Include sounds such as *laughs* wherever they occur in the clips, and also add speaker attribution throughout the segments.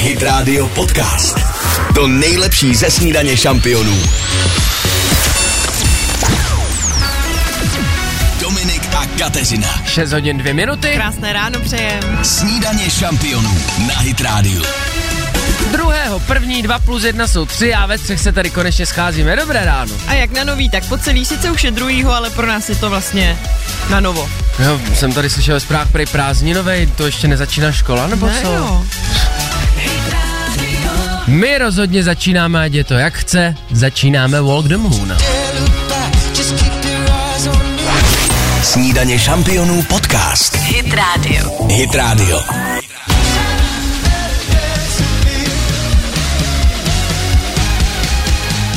Speaker 1: Hit Radio Podcast. To nejlepší ze snídaně šampionů. Dominik a Kateřina.
Speaker 2: 6 hodin 2 minuty,
Speaker 3: Krásné ráno přejem.
Speaker 1: Snídaně šampionů na Hit Radio.
Speaker 2: druhého, první, 2 plus 1 jsou 3 a ve třech se tady konečně scházíme. Dobré ráno.
Speaker 3: A jak na nový, tak po celý, sice už je druhýho, ale pro nás je to vlastně na novo.
Speaker 2: Jo, jsem tady slyšel ve zprávách prej prázdninovej, to ještě nezačíná škola nebo
Speaker 3: Ne,
Speaker 2: co?
Speaker 3: jo.
Speaker 2: My rozhodně začínáme, ať je to jak chce, začínáme Walk the Moon.
Speaker 1: Snídaně šampionů podcast. Hit Radio. Hit Radio.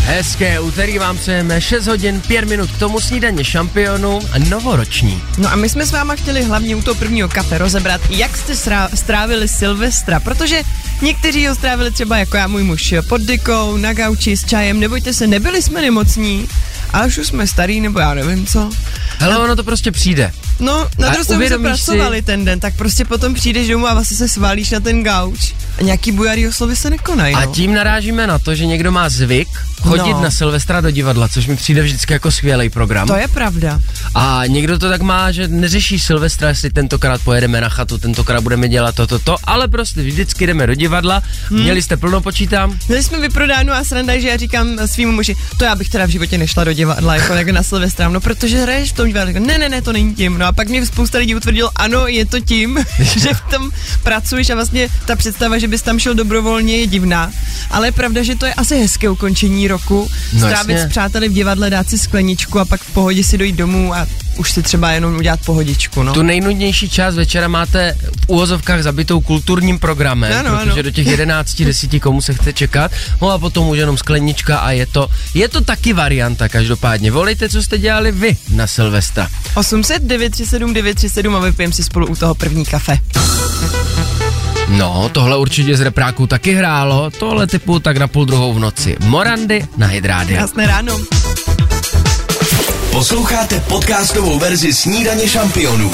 Speaker 2: Hezké úterý vám přejeme 6 hodin 5 minut k tomu snídaně šampionů a novoroční.
Speaker 3: No a my jsme s váma chtěli hlavně u toho prvního kafe rozebrat, jak jste srá- strávili Silvestra, protože někteří ho strávili třeba jako já, můj muž, pod dykou, na gauči, s čajem, nebojte se, nebyli jsme nemocní, ale už jsme starý, nebo já nevím co.
Speaker 2: Hele, ono to prostě přijde.
Speaker 3: No, na
Speaker 2: A
Speaker 3: druhou stranu jsme
Speaker 2: uvědomíš
Speaker 3: pracovali
Speaker 2: si-
Speaker 3: ten den, tak prostě potom přijdeš domů a vlastně se svalíš na ten gauč a nějaký bujarý oslovy se nekonají.
Speaker 2: A
Speaker 3: no.
Speaker 2: tím narážíme na to, že někdo má zvyk chodit
Speaker 3: No.
Speaker 2: na Silvestra do divadla, což mi přijde vždycky jako skvělý program.
Speaker 3: To je pravda.
Speaker 2: A někdo to tak má, že neřeší Silvestra, jestli tentokrát pojedeme na chatu, tentokrát budeme dělat toto, to, ale prostě vždycky jdeme do divadla. Hmm. Měli jste plno, počítám.
Speaker 3: Měli jsme vyprodáno a sranda, je, že já říkám svým muži, to já bych teda v životě nešla do divadla, jako jak na Silvestra, no protože hraješ v tom divadle. Říkám, Ne, ne, ne, to není tím. No a pak mě spousta lidí utvrdilo, ano, je to tím, *laughs* že v tom pracuješ a vlastně ta představa, že bys tam šel dobrovolně, je divná. Ale je pravda, že to je asi hezké ukončení roku,
Speaker 2: No
Speaker 3: strávit
Speaker 2: jasně.
Speaker 3: s přáteli v divadle, dát si skleničku a pak v pohodě si dojít domů a už si třeba jenom udělat pohodičku. No.
Speaker 2: Tu nejnudnější část večera máte v úvozovkách zabitou kulturním programem,
Speaker 3: Ano,
Speaker 2: protože
Speaker 3: ano.
Speaker 2: do těch 11, 10 komu se chce čekat, no a potom už jenom sklenička a je to, je to taky varianta každopádně. Volejte, co jste dělali vy na Silvestra.
Speaker 3: 800 937 937 a vypijem si spolu u toho první kafe.
Speaker 2: No, tohle určitě z repráků taky hrálo, tohle typu tak na půl druhou v noci. Morandy na Hydrádia.
Speaker 3: Krásné ráno.
Speaker 1: Posloucháte podcastovou verzi Snídaně šampionů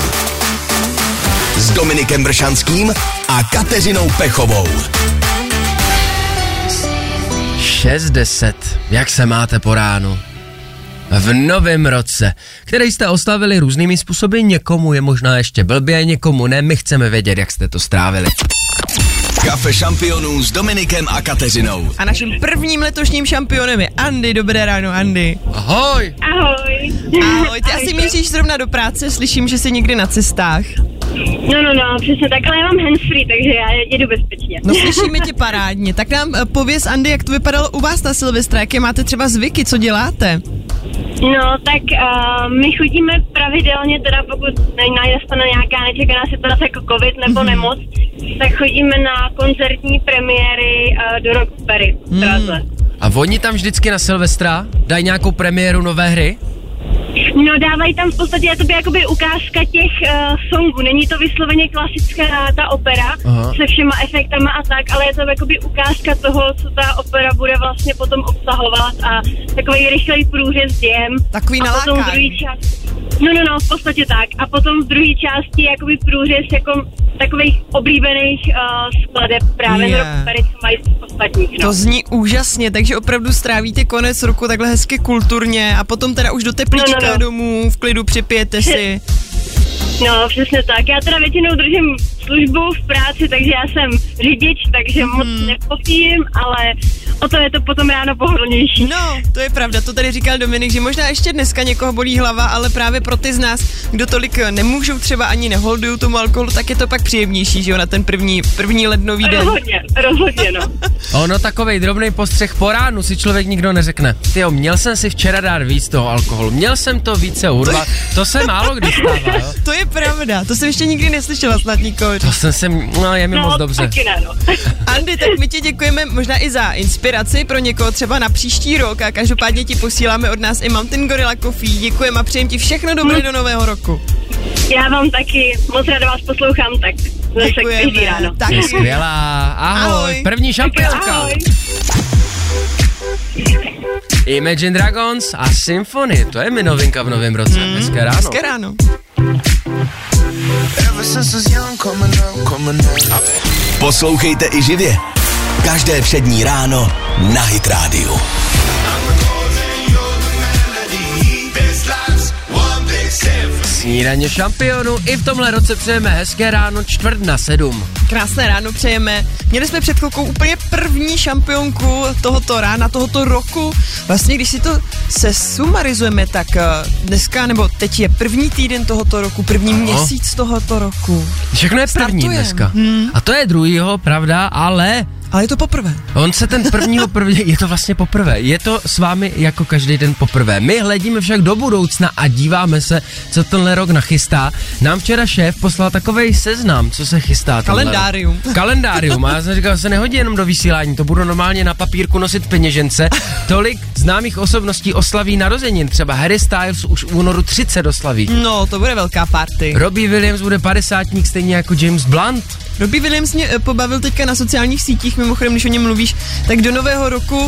Speaker 1: s Dominikem Bršanským a Kateřinou Pechovou.
Speaker 2: 60. Jak se máte po ránu? V novém roce, který jste oslavili různými způsoby, někomu je možná ještě blbě, někomu ne, my chceme vědět, jak jste to strávili.
Speaker 1: Kafe šampionů s Dominikem a Kateřinou.
Speaker 3: A naším prvním letošním šampionem je Andy. Dobré ráno, Andy.
Speaker 2: Ahoj!
Speaker 4: Ahoj.
Speaker 3: Ahoj, ty asi míříš zrovna do práce, slyším, že jsi někdy na cestách.
Speaker 4: No, no, no, přesně tak, ale já mám handsfree, takže já jedu bezpečně.
Speaker 3: No slyšíme tě parádně. Tak nám eh, pověz, Andy, jak to vypadalo u vás na Silvestra, jaké máte třeba zvyky, co děláte?
Speaker 4: No, tak uh, my chodíme pravidelně, teda pokud ne- nastane nějaká nečekaná situace jako covid nebo nemoc, tak chodíme na koncertní premiéry uh, do Rockberry v Praze.
Speaker 2: A oni tam vždycky na Silvestra dají nějakou premiéru nové hry?
Speaker 4: No, dávají tam v podstatě jakoby, jakoby ukázka těch uh, songů. Není to vysloveně klasická ta opera
Speaker 2: Aha.
Speaker 4: Aha. se všema efektama a tak, ale je to jakoby ukázka toho, co ta opera bude vlastně potom obsahovat a takový rychlej průřez dějem.
Speaker 3: Takový
Speaker 4: a potom v
Speaker 3: nalákání.
Speaker 4: druhý čas. No, no, no, v podstatě tak. A potom v druhé části je jakoby průřez jako takových oblíbených uh, skladeb právě
Speaker 3: Je.
Speaker 4: yeah. z opery, co mají ostatních. No.
Speaker 3: To zní úžasně, takže opravdu strávíte konec roku takhle hezky kulturně a potom teda už do teplíčka
Speaker 4: No, no, no.
Speaker 3: domů, v klidu připijete si.
Speaker 4: No, přesně tak. Já teda většinou držím službu v práci, takže já jsem řidič, takže moc nepopím, ale o to je to potom ráno pohodlnější.
Speaker 3: No, to je pravda, to tady říkal Dominik, že možná ještě dneska někoho bolí hlava, ale právě pro ty z nás, kdo tolik eh, nemůžou třeba ani neholdují tomu alkoholu, tak je to pak příjemnější, že jo, na ten první, první lednový den.
Speaker 4: Rozhodně, rozhodně, no.
Speaker 2: Ono takovej drobný postřeh po ránu si člověk nikdo neřekne. Tyjo, měl jsem si včera dát víc toho alkoholu, měl jsem to více urvat, to se málo kdy stává, jo?
Speaker 3: To je pravda, to jsem ještě nikdy neslyšela snad nikoho.
Speaker 2: To jsem se, no je mi
Speaker 4: no,
Speaker 2: moc dobře.
Speaker 4: taky ne, no.
Speaker 3: Andy, tak my ti děkujeme možná i za inspiraci pro někoho třeba na příští rok a každopádně ti posíláme od nás i Mountain Gorilla Coffee. Děkujeme a přejeme ti všechno dobré do nového roku.
Speaker 4: Já vám taky moc ráda vás poslouchám, tak zase každý ráno.
Speaker 3: Tak,
Speaker 2: Jsi skvělá, ahoj,
Speaker 3: Ahoj.
Speaker 2: první šampionka.
Speaker 4: Ahoj.
Speaker 2: Imagine Dragons a Symphony, to je mi novinka v novém roce, mm. hezké ráno.
Speaker 3: hezké ráno.
Speaker 5: Ever since I was young, coming up, coming up.
Speaker 1: Poslouchejte i živě. Každé přední ráno na Hit Radio.
Speaker 2: Snídaně šampionů. I v tomhle roce přejeme hezké ráno čtvrt na sedm.
Speaker 3: Krásné ráno přejeme. Měli jsme před chvilkou úplně první šampionku tohoto rána, tohoto roku. Vlastně, když si to se sumarizujeme, tak eh, dneska nebo teď je první týden tohoto roku, první
Speaker 2: Ano.
Speaker 3: měsíc tohoto roku.
Speaker 2: Všechno je první
Speaker 3: Startujem.
Speaker 2: dneska. A to je druhýho, pravda, ale
Speaker 3: Ale je to poprvé.
Speaker 2: On se ten prvního první, je to vlastně poprvé, je to s vámi jako každý den poprvé. My hledíme však do budoucna a díváme se, co tenhle rok nachystá. Nám včera šéf poslal takový seznam, co se chystá. tenhle rok.
Speaker 3: Kalendárium.
Speaker 2: Kalendárium. A já jsem říkal, že se nehodí jenom do vysílání, to budu normálně na papírku nosit v peněžence. Tolik známých osobností oslaví narozenin, třeba Harry Styles už v únoru 30 oslaví.
Speaker 3: No, to bude velká party.
Speaker 2: Robbie Williams bude padesátník stejně jako James Blunt.
Speaker 3: Robbie Williams mě eh, pobavil teďka na sociálních sítích, mimochodem, když o něm mluvíš, tak do nového roku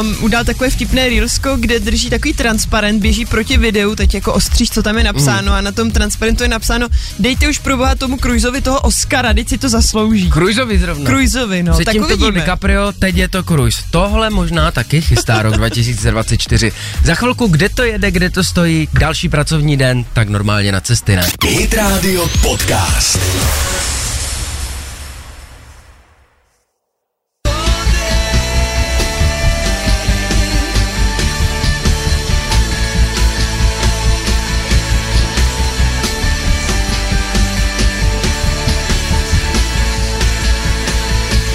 Speaker 3: um, udal takové vtipné reelsko, kde drží takový transparent, běží proti videu, teď jako ostříš, co tam je napsáno, mm. a na tom transparentu je napsáno, dejte už proboha tomu Cruiseovi toho Oscara, teď si to zaslouží.
Speaker 2: Cruiseovi zrovna.
Speaker 3: Cruiseovi, no,
Speaker 2: Předtím
Speaker 3: tak
Speaker 2: to byl
Speaker 3: uvidíme.
Speaker 2: DiCaprio, teď je to Cruise. Tohle možná taky chystá rok 2024. Za chvilku, kde to jede, kde to stojí, další pracovní den, tak normálně na cesty, ne?
Speaker 1: Hit Radio Podcast.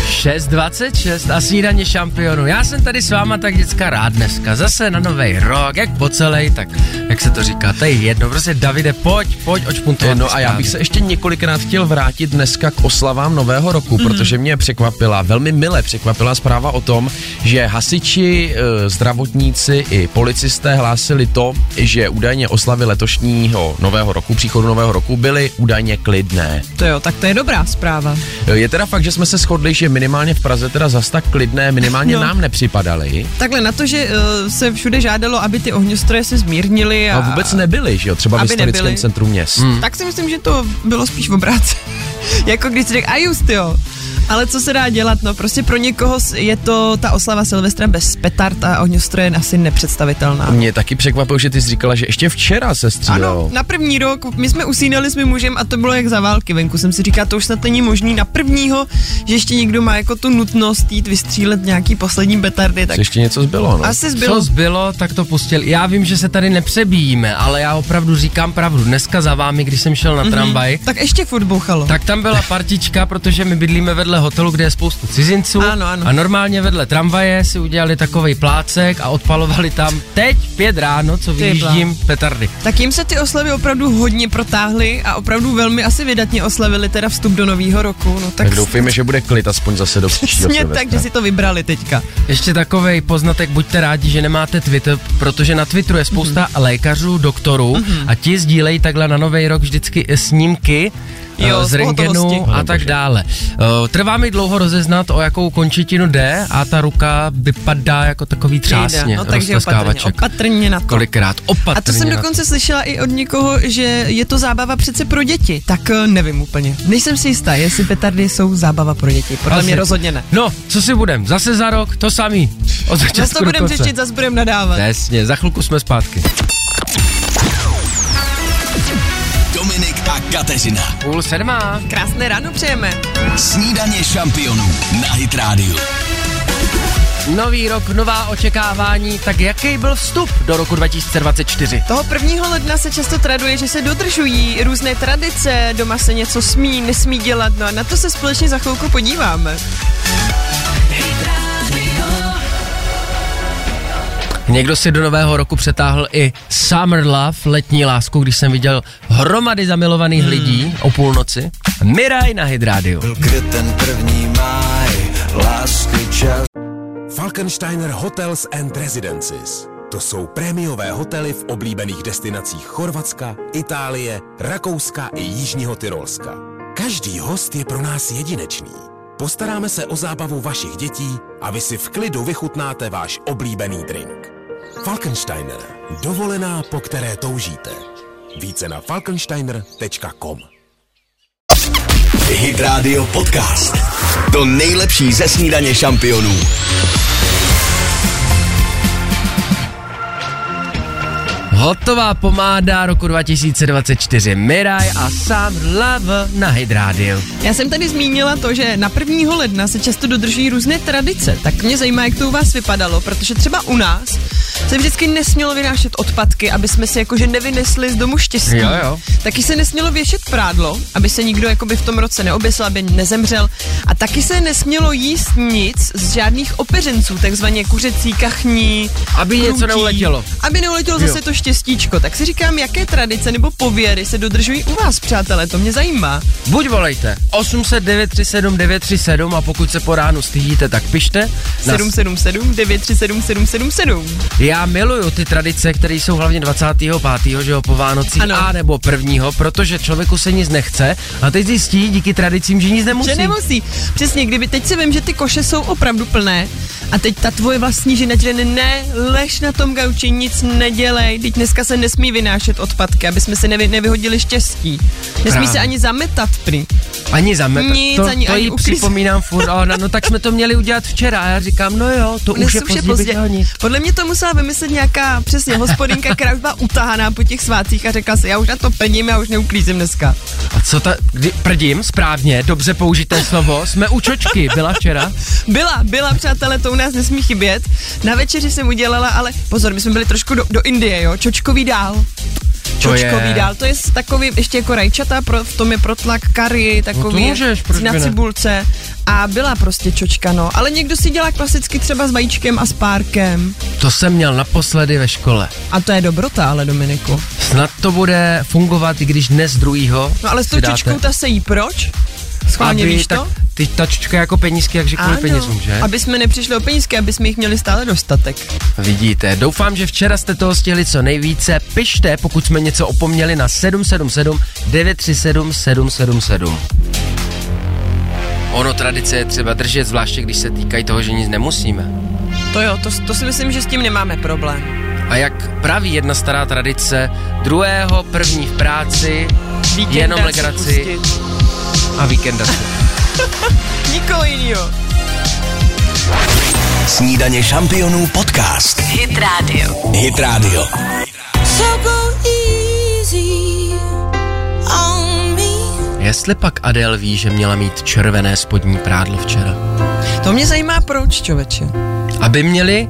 Speaker 2: Šest 26 a snídaně šampionu. Já jsem tady s váma tak děcka rád dneska. Zase na nový rok, jak po celej, tak jak se to říká, to je jedno. Prostě Davide, pojď, pojď, očpuntovat.
Speaker 5: No a já bych se ještě několikrát chtěl vrátit dneska k oslavám Nového roku,
Speaker 3: Mhm.
Speaker 5: mm. protože mě překvapila, velmi mile překvapila zpráva o tom, že hasiči, eh, zdravotníci i policisté hlásili to, že údajně oslavy letošního Nového roku, příchodu Nového roku, byly údajně klidné.
Speaker 3: To jo, tak to je dobrá zpráva.
Speaker 5: Eh, Je teda fakt, že jsme se shodli, že minimálně v Praze teda zas tak klidné, minimálně
Speaker 3: No.
Speaker 5: no. nám nepřipadaly.
Speaker 3: Takhle na to, že uh, se všude žádalo, aby ty ohňostroje se zmírnily a,
Speaker 5: A vůbec nebyly, že jo, třeba v
Speaker 3: Aby
Speaker 5: historickém
Speaker 3: nebyly.
Speaker 5: centru měst.
Speaker 2: Hmm.
Speaker 5: Mm.
Speaker 3: Tak si myslím, že to bylo spíš v obráceně. *laughs* jako když si řekl, a just jo. Ale co se dá dělat, no prostě pro někoho s- je to ta oslava Silvestra bez petard a ohňostroje asi nepředstavitelná.
Speaker 5: Mě taky překvapilo, že ty jsi říkala, že ještě včera se střílelo.
Speaker 3: Ano, no. na první rok, my jsme usínali s mým mužem a to bylo jak za války venku. Jsem si říkala, to už snad není možný na prvního, že ještě někdo má jako tu nutnost jít vystřílet nějaký poslední petardy, tak
Speaker 5: Tak. Ještě něco zbylo, no.
Speaker 3: asi
Speaker 2: Co
Speaker 3: zbylo.
Speaker 2: zbylo, tak to pustil. Já vím, že se tady nepřebíjíme, ale já opravdu říkám pravdu. Dneska za vámi, když jsem šel na tramvaj,
Speaker 3: Tak ještě furt bouchalo.
Speaker 2: Tak tam byla partička, protože my bydlíme vedle hotelu, kde je spoustu cizinců.
Speaker 3: Ano, ano.
Speaker 2: A normálně vedle tramvaje si udělali takový plácek a odpalovali tam teď v pět ráno, co vyjíždím, petardy.
Speaker 3: Tak jim se ty oslavy opravdu hodně protáhly a opravdu velmi asi vydatně oslavili teda vstup do nového roku. No tak,
Speaker 5: Tak doufejme, že bude klid aspoň zase do příštího
Speaker 3: Přesně
Speaker 5: Silvestra.
Speaker 3: tak, že si to vybrali teďka.
Speaker 2: Ještě takový poznatek, buďte rádi, že nemáte Twitter, protože na Twitteru je spousta
Speaker 3: Mhm.
Speaker 2: mm-hmm. lékařů, doktorů mm-hmm. a ti sdílejí takhle na nový rok vždycky eh, snímky eh,
Speaker 3: Jo,
Speaker 2: z
Speaker 3: z
Speaker 2: rentgenu
Speaker 3: pohotovosti.
Speaker 2: a tak dále. Eh, Trvá mi dlouho rozeznat, o jakou končetinu jde a ta ruka vypadá jako takový třásně,
Speaker 3: no takže opatrně,
Speaker 2: roztaskávaček.
Speaker 3: opatrně na to.
Speaker 2: Kolikrát opatrně.
Speaker 3: A to jsem
Speaker 2: na
Speaker 3: dokonce slyšela i od někoho, že je to zábava přece pro děti. Tak eh, nevím úplně. Nejsem si jistá, jestli petardy jsou zábava pro děti. Podle
Speaker 2: Asi.
Speaker 3: mě rozhodně ne.
Speaker 2: No, co si budem? Zase za rok to samý. *laughs* Od
Speaker 3: Zase
Speaker 2: začátku
Speaker 3: to budeme
Speaker 2: do konce.
Speaker 3: řešit, zase budeme nadávat.
Speaker 2: Jasně, za chvilku jsme zpátky.
Speaker 1: Dominik a Kateřina.
Speaker 2: Půl sedmá.
Speaker 3: Krásné ráno přejeme.
Speaker 1: Snídaně šampionů na Hit Radio.
Speaker 2: Nový rok, nová očekávání, tak jaký byl vstup do roku 2024?
Speaker 3: Toho prvního ledna se často traduje, že se dodržují různé tradice, doma se něco smí, nesmí dělat, no a na to se společně za chvilku podíváme.
Speaker 2: Někdo si do nového roku přetáhl i Summer Love, letní lásku, když jsem viděl hromady zamilovaných hmm. lidí o půlnoci. Miraj na Hydrádiu.
Speaker 6: Falkensteiner Hotels and Residences. To jsou prémiové hotely v oblíbených destinacích Chorvatska, Itálie, Rakouska i Jižního Tyrolska. Každý host je pro nás jedinečný. Postaráme se o zábavu vašich dětí a vy si v klidu vychutnáte váš oblíbený drink. Falkensteiner. Dovolená, po které toužíte. Více na falkensteiner.com
Speaker 1: Hit Radio Podcast. To nejlepší ze snídaně šampionů.
Speaker 2: Hotová pomáda roku 2024 Miraj a Sam Love na Hydrádiu.
Speaker 3: Já jsem tady zmínila to, že na 1. ledna se často dodržují různé tradice, tak mě zajímá, jak to u vás vypadalo, protože třeba u nás se vždycky nesmělo vynášet odpadky, aby jsme si jakože nevynesli z domu štěstí.
Speaker 2: Jo, jo.
Speaker 3: Taky se nesmělo věšet prádlo, aby se nikdo jakoby v tom roce neoběsil, aby nezemřel. A taky se nesmělo jíst nic z žádných opeřenců, takzvaně kuřecí kachní.
Speaker 2: Aby něco neuletělo.
Speaker 3: Aby neuletělo
Speaker 2: Jo.
Speaker 3: zase to štěstíčko. Tak si říkám, jaké tradice nebo pověry se dodržují u vás, přátelé, to mě zajímá.
Speaker 2: Buď volejte 800 937 937 a pokud se po ránu stydíte, tak pište. Na
Speaker 3: 777 937 777.
Speaker 2: Já miluju ty tradice, které jsou hlavně 25. že jo, po Vánocích
Speaker 3: Ano.
Speaker 2: a nebo prvního, protože člověku se nic nechce a teď zjistí díky tradicím, že nic nemusí.
Speaker 3: Že nemusí. Přesně, kdyby teď si vím, že ty koše jsou opravdu plné a teď ta tvoje vlastní žena ti řekne, ne, lež na tom gauči, nic nedělej, teď dneska se nesmí vynášet odpadky, aby jsme si nevy, nevyhodili štěstí. Nesmí
Speaker 2: Právě.
Speaker 3: se ani zametat prý.
Speaker 2: Ani zamet.
Speaker 3: Nic,
Speaker 2: to,
Speaker 3: ani-
Speaker 2: to
Speaker 3: ani
Speaker 2: jí
Speaker 3: uklízet.
Speaker 2: připomínám furt, a ona, no tak jsme to měli udělat včera a já říkám, no jo, to
Speaker 3: Dnes
Speaker 2: už je pozdě, pozdě. Nic.
Speaker 3: Podle mě to musela vymyslet nějaká přesně hospodinka, která už byla utahaná po těch svácích a řekla si, já už na to plním, já už neuklízím dneska.
Speaker 2: A co ta, kdy, prdím, správně, dobře použité slovo, jsme u čočky, byla včera.
Speaker 3: Byla, byla, přátelé, to u nás nesmí chybět. Na večeři jsem udělala, ale pozor, my jsme byli trošku do, do Indie, jo, čočkový dál.
Speaker 2: To
Speaker 3: Čočkový
Speaker 2: je-
Speaker 3: dál, to je s takový, ještě jako rajčata, pro, v tom je protlak kary, takový
Speaker 2: No můžeš, proč
Speaker 3: na
Speaker 2: by ne?
Speaker 3: cibulce. A byla prostě čočka, no. Ale někdo si dělá klasicky třeba s vajíčkem a s párkem.
Speaker 2: To jsem měl naposledy ve škole.
Speaker 3: A to je dobrota, ale Dominiku.
Speaker 2: Snad to bude fungovat, i když dnes druhýho
Speaker 3: No ale s tou
Speaker 2: si dáte.
Speaker 3: čočkou ta se jí, proč? Schválně
Speaker 2: aby,
Speaker 3: víš to?
Speaker 2: tak, ty, ta čočka je jako penízky, jak kvůli penězům, že?
Speaker 3: aby jsme nepřišli o penízky, aby jsme jich měli stále dostatek.
Speaker 2: Vidíte, doufám, že včera jste toho stihli co nejvíce. Pište, pokud jsme něco opomněli na 777 937 777. Ono tradice je třeba držet, zvláště když se týkají toho, že nic nemusíme.
Speaker 3: To jo, to, to si myslím, že s tím nemáme problém.
Speaker 2: A jak praví jedna stará tradice, druhého první v práci
Speaker 3: Víkenda
Speaker 2: Jenom
Speaker 3: si
Speaker 2: legraci.
Speaker 3: pustit.
Speaker 2: a víkenda. si.
Speaker 3: Nikoho jinýho.
Speaker 1: Snídaně šampionů podcast.
Speaker 7: Hit Radio.
Speaker 1: Hit Radio.
Speaker 2: Jestli pak Adel ví, že měla mít červené spodní prádlo včera,
Speaker 3: To mě zajímá proč, čověče.
Speaker 2: aby měli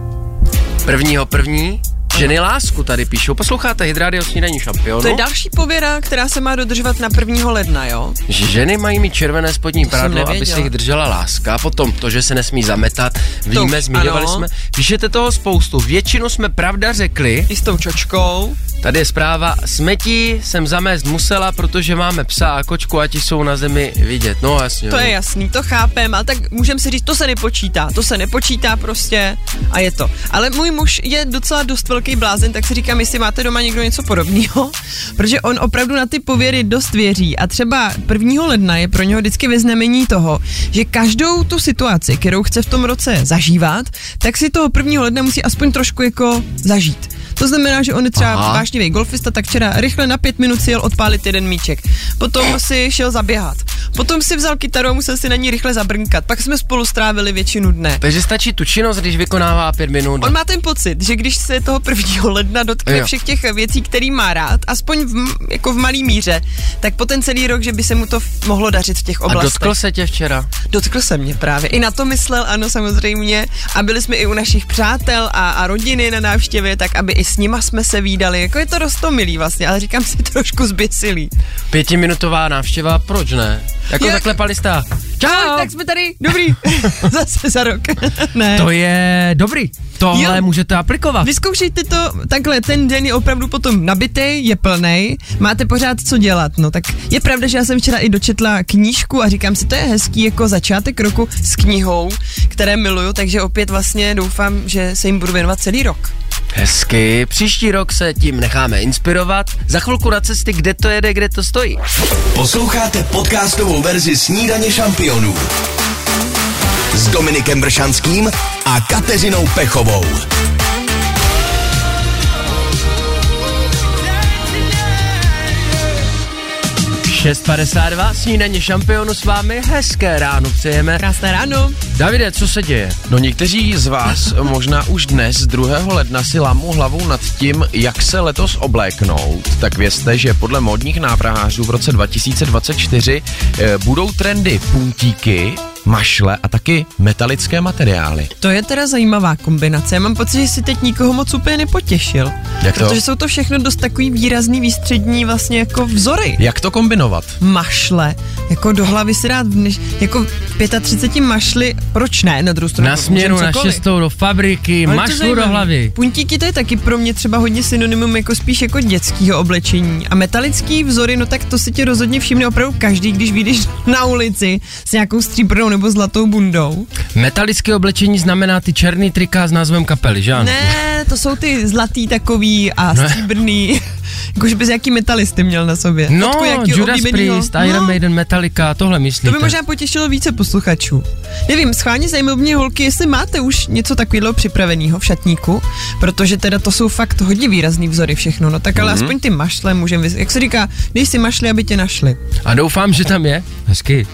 Speaker 2: prvního první ženy lásku tady píšou. Posloucháte Hydrádio snídaní šampionu?
Speaker 3: To je další pověra, která se má dodržovat na 1. ledna, jo?
Speaker 2: Že ženy mají mít červené spodní
Speaker 3: jsem
Speaker 2: prádlo, aby
Speaker 3: nevěděla.
Speaker 2: se jich držela láska. Potom to, že se nesmí zametat, víme,
Speaker 3: už
Speaker 2: zmiňovali
Speaker 3: ano.
Speaker 2: jsme. Píšete toho spoustu. Většinu jsme pravda řekli.
Speaker 3: I s tou čočkou.
Speaker 2: Tady je zpráva. Smetí jsem zamést musela, protože máme psa a kočku a ti jsou na zemi vidět. No jasně.
Speaker 3: To
Speaker 2: no.
Speaker 3: je jasný, to chápem, ale tak můžeme si říct, to se nepočítá, to se nepočítá prostě a je to. Ale můj muž je docela dost velký blázen, tak si říkám, jestli máte doma někdo něco podobného, *laughs* protože on opravdu na ty pověry dost věří a třeba 1. ledna je pro něho vždycky ve znamení toho, že každou tu situaci, kterou chce v tom roce zažívat, tak si toho 1. ledna musí aspoň trošku jako zažít. To znamená, že on je třeba
Speaker 2: Aha.
Speaker 3: vášnivý golfista, tak včera rychle na pět minut si jel odpálit jeden míček. Potom si šel zaběhat. Potom si vzal kytaru a musel si na ní rychle zabrnkat. Pak jsme spolu strávili většinu dne.
Speaker 2: Takže stačí tu činnost, když vykonává pět minut.
Speaker 3: On má ten pocit, že když se toho 1. ledna dotkne
Speaker 2: Jo.
Speaker 3: všech těch věcí, který má rád, aspoň v, m- jako v malý míře, tak po ten celý rok, že by se mu to f- mohlo dařit v těch
Speaker 2: a
Speaker 3: oblastech.
Speaker 2: dotkl se tě včera?
Speaker 3: Dotkl se mě právě. I na to myslel, ano, samozřejmě. A byli jsme i u našich přátel a, a rodiny na návštěvě, tak aby i s nima jsme se výdali. Jako je to rostomilý vlastně, ale říkám si *laughs* trošku zběsilý.
Speaker 2: Pětiminutová návštěva, proč ne? Jako
Speaker 3: Jak-
Speaker 2: zaklepali jste. a-
Speaker 3: Ahoj,
Speaker 2: Čau!
Speaker 3: tak jsme tady, dobrý. Zase za rok. ne.
Speaker 2: To je dobrý. Tohle
Speaker 3: Jo.
Speaker 2: můžete aplikovat.
Speaker 3: Vyzkoušejte to takhle, ten den je opravdu potom nabitý, je plný, máte pořád co dělat. No tak je pravda, že já jsem včera i dočetla knížku a říkám si, to je hezký jako začátek roku s knihou, které miluju, takže opět vlastně doufám, že se jim budu věnovat celý rok.
Speaker 2: Hezky, příští rok se tím necháme inspirovat. Za chvilku na cesty, kde to jede, kde to stojí.
Speaker 1: Posloucháte podcastovou verzi Snídaně šampionů s Dominikem Bršanským a Kateřinou Pechovou.
Speaker 2: 6.52, snídaně šampionu s vámi, hezké ráno přejeme.
Speaker 3: Krásné ráno.
Speaker 2: Davide, co se děje?
Speaker 5: No někteří z vás možná už dnes 2. ledna si lámou hlavou nad tím, jak se letos obléknout, tak vězte, že podle módních návrhářů v roce 2024 eh, budou trendy puntíky, mašle a taky metalické materiály.
Speaker 3: To je teda zajímavá kombinace. Já mám pocit, že si teď nikoho moc úplně nepotěšil.
Speaker 5: Jak to?
Speaker 3: Protože jsou to všechno dost takový výrazný výstřední vlastně jako vzory.
Speaker 5: Jak to kombinovat?
Speaker 3: Mašle. Jako do hlavy si rád než, jako v 35 mašli, proč ne? Na druhou stranu.
Speaker 2: Na
Speaker 3: můžem
Speaker 2: směru na
Speaker 3: cokoliv.
Speaker 2: šestou do fabriky,
Speaker 3: Ale to je
Speaker 2: mašlu do
Speaker 3: zajímavý.
Speaker 2: hlavy.
Speaker 3: Puntíky to je taky pro mě třeba hodně synonymum jako spíš jako dětského oblečení. A metalický vzory, no tak to si ti rozhodně všimne opravdu každý, když vyjdeš *laughs* na ulici s nějakou stříbrnou nebo zlatou bundou.
Speaker 2: Metalické oblečení znamená ty černý trika s názvem kapely, že ano?
Speaker 3: Ne, to jsou ty zlatý takový a
Speaker 2: Ne.
Speaker 3: stříbrný. *laughs* Jakož bys jaký metalisty měl na sobě.
Speaker 2: No,
Speaker 3: Fotku jakýho
Speaker 2: Judas
Speaker 3: oblíbenýho.
Speaker 2: Priest, Iron
Speaker 3: No,
Speaker 2: Maiden, Metallica, tohle
Speaker 3: To
Speaker 2: myslíte?
Speaker 3: by možná potěšilo více posluchačů. Nevím, schválně zajímalo by mě holky, jestli máte už něco takového připraveného v šatníku, protože teda to jsou fakt hodně výrazný vzory všechno, no tak ale
Speaker 2: Mhm.
Speaker 3: mm-hmm. aspoň ty mašle můžeme, jak se říká, dej si mašle, aby tě našli.
Speaker 2: A doufám, že tam je, hezky,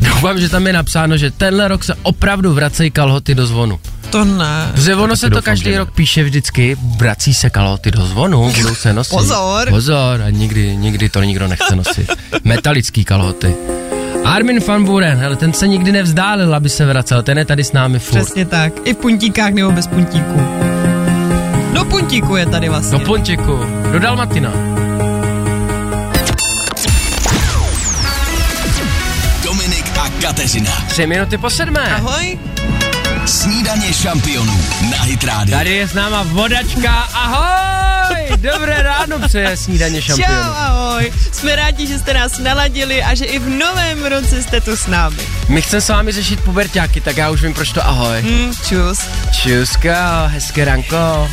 Speaker 2: doufám, že tam je napsáno, že tenhle rok se opravdu vracejí kalhoty do zvonu.
Speaker 3: To ne.
Speaker 2: Protože ono se to
Speaker 5: doufám, že
Speaker 2: každý
Speaker 5: ne.
Speaker 2: rok píše vždycky, vrací se kalhoty do zvonu, budou se nosit.
Speaker 3: Pozor.
Speaker 2: Pozor, a nikdy, nikdy to nikdo nechce nosit. Metalický kalhoty. Armin van Buren, hele, ten se nikdy nevzdálil, aby se vracel, ten je tady s námi furt.
Speaker 3: Přesně tak. I v puntíkách nebo bez puntíků. Do puntíku je tady vlastně.
Speaker 2: Do Pončeku, do Dalmatina.
Speaker 1: Dominik a Kateřina.
Speaker 2: Tři minuty po sedmé.
Speaker 3: Ahoj.
Speaker 1: Snídaně šampionů na Hitrádiu.
Speaker 2: Tady je s náma vodačka, ahoj! Dobré ráno přeje snídaně
Speaker 3: Čau,
Speaker 2: šampionu.
Speaker 3: ahoj. Jsme rádi, že jste nás naladili a že i v novém roce jste tu s námi.
Speaker 2: My chceme s vámi řešit puberťáky, tak já už vím, proč to ahoj.
Speaker 3: Mm, čus.
Speaker 2: Čuska, hezké ranko.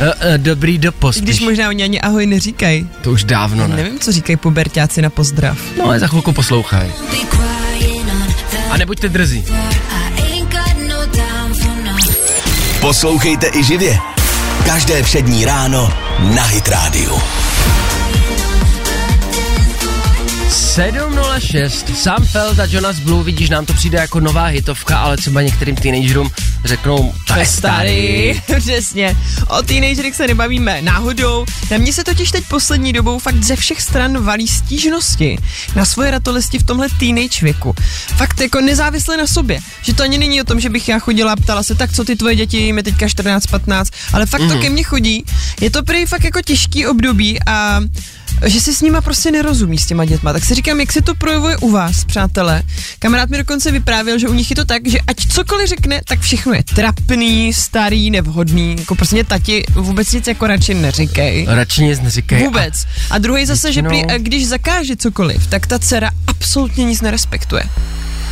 Speaker 2: E, e, Dobrý do
Speaker 3: I Když
Speaker 2: pospíš.
Speaker 3: možná oni ani ahoj neříkají.
Speaker 2: To už dávno ne.
Speaker 3: Nevím, co říkají pubertáci na pozdrav.
Speaker 2: No ale za chvilku poslouchaj.
Speaker 7: Be crying on
Speaker 2: A
Speaker 7: the
Speaker 2: nebuďte drzí.
Speaker 7: I ain't got no time for no.
Speaker 1: Poslouchejte i živě. Každé přední ráno na Hitrádiu.
Speaker 2: 7.06, Sam Feld a Jonas Blue, vidíš, nám to přijde jako nová hitovka, ale třeba některým teenagerům řeknou, to je starý.
Speaker 3: *laughs* Přesně. O teenagerech se nebavíme náhodou. Na mě se totiž teď poslední dobou fakt ze všech stran valí stížnosti na svoje ratolesti v tomhle teenage věku. Fakt jako nezávisle na sobě. Že to ani není o tom, že bych já chodila a ptala se, tak co ty tvoje děti, jim je teďka 14-15, ale fakt mm-hmm. to ke mně chodí. Je to prý fakt jako těžký období a že si s nima prostě nerozumí s těma dětma. Tak si říkám, jak se to projevuje u vás, přátelé. Kamarád mi dokonce vyprávěl, že u nich je to tak, že ať cokoliv řekne, tak všechno je trapný, starý, nevhodný. Jako prostě tati vůbec nic jako radši neříkej.
Speaker 2: Radši nic neříkej.
Speaker 3: Vůbec. A druhý zase, že
Speaker 2: Většinou-
Speaker 3: prý, eh, když zakáže cokoliv, tak ta dcera absolutně nic nerespektuje.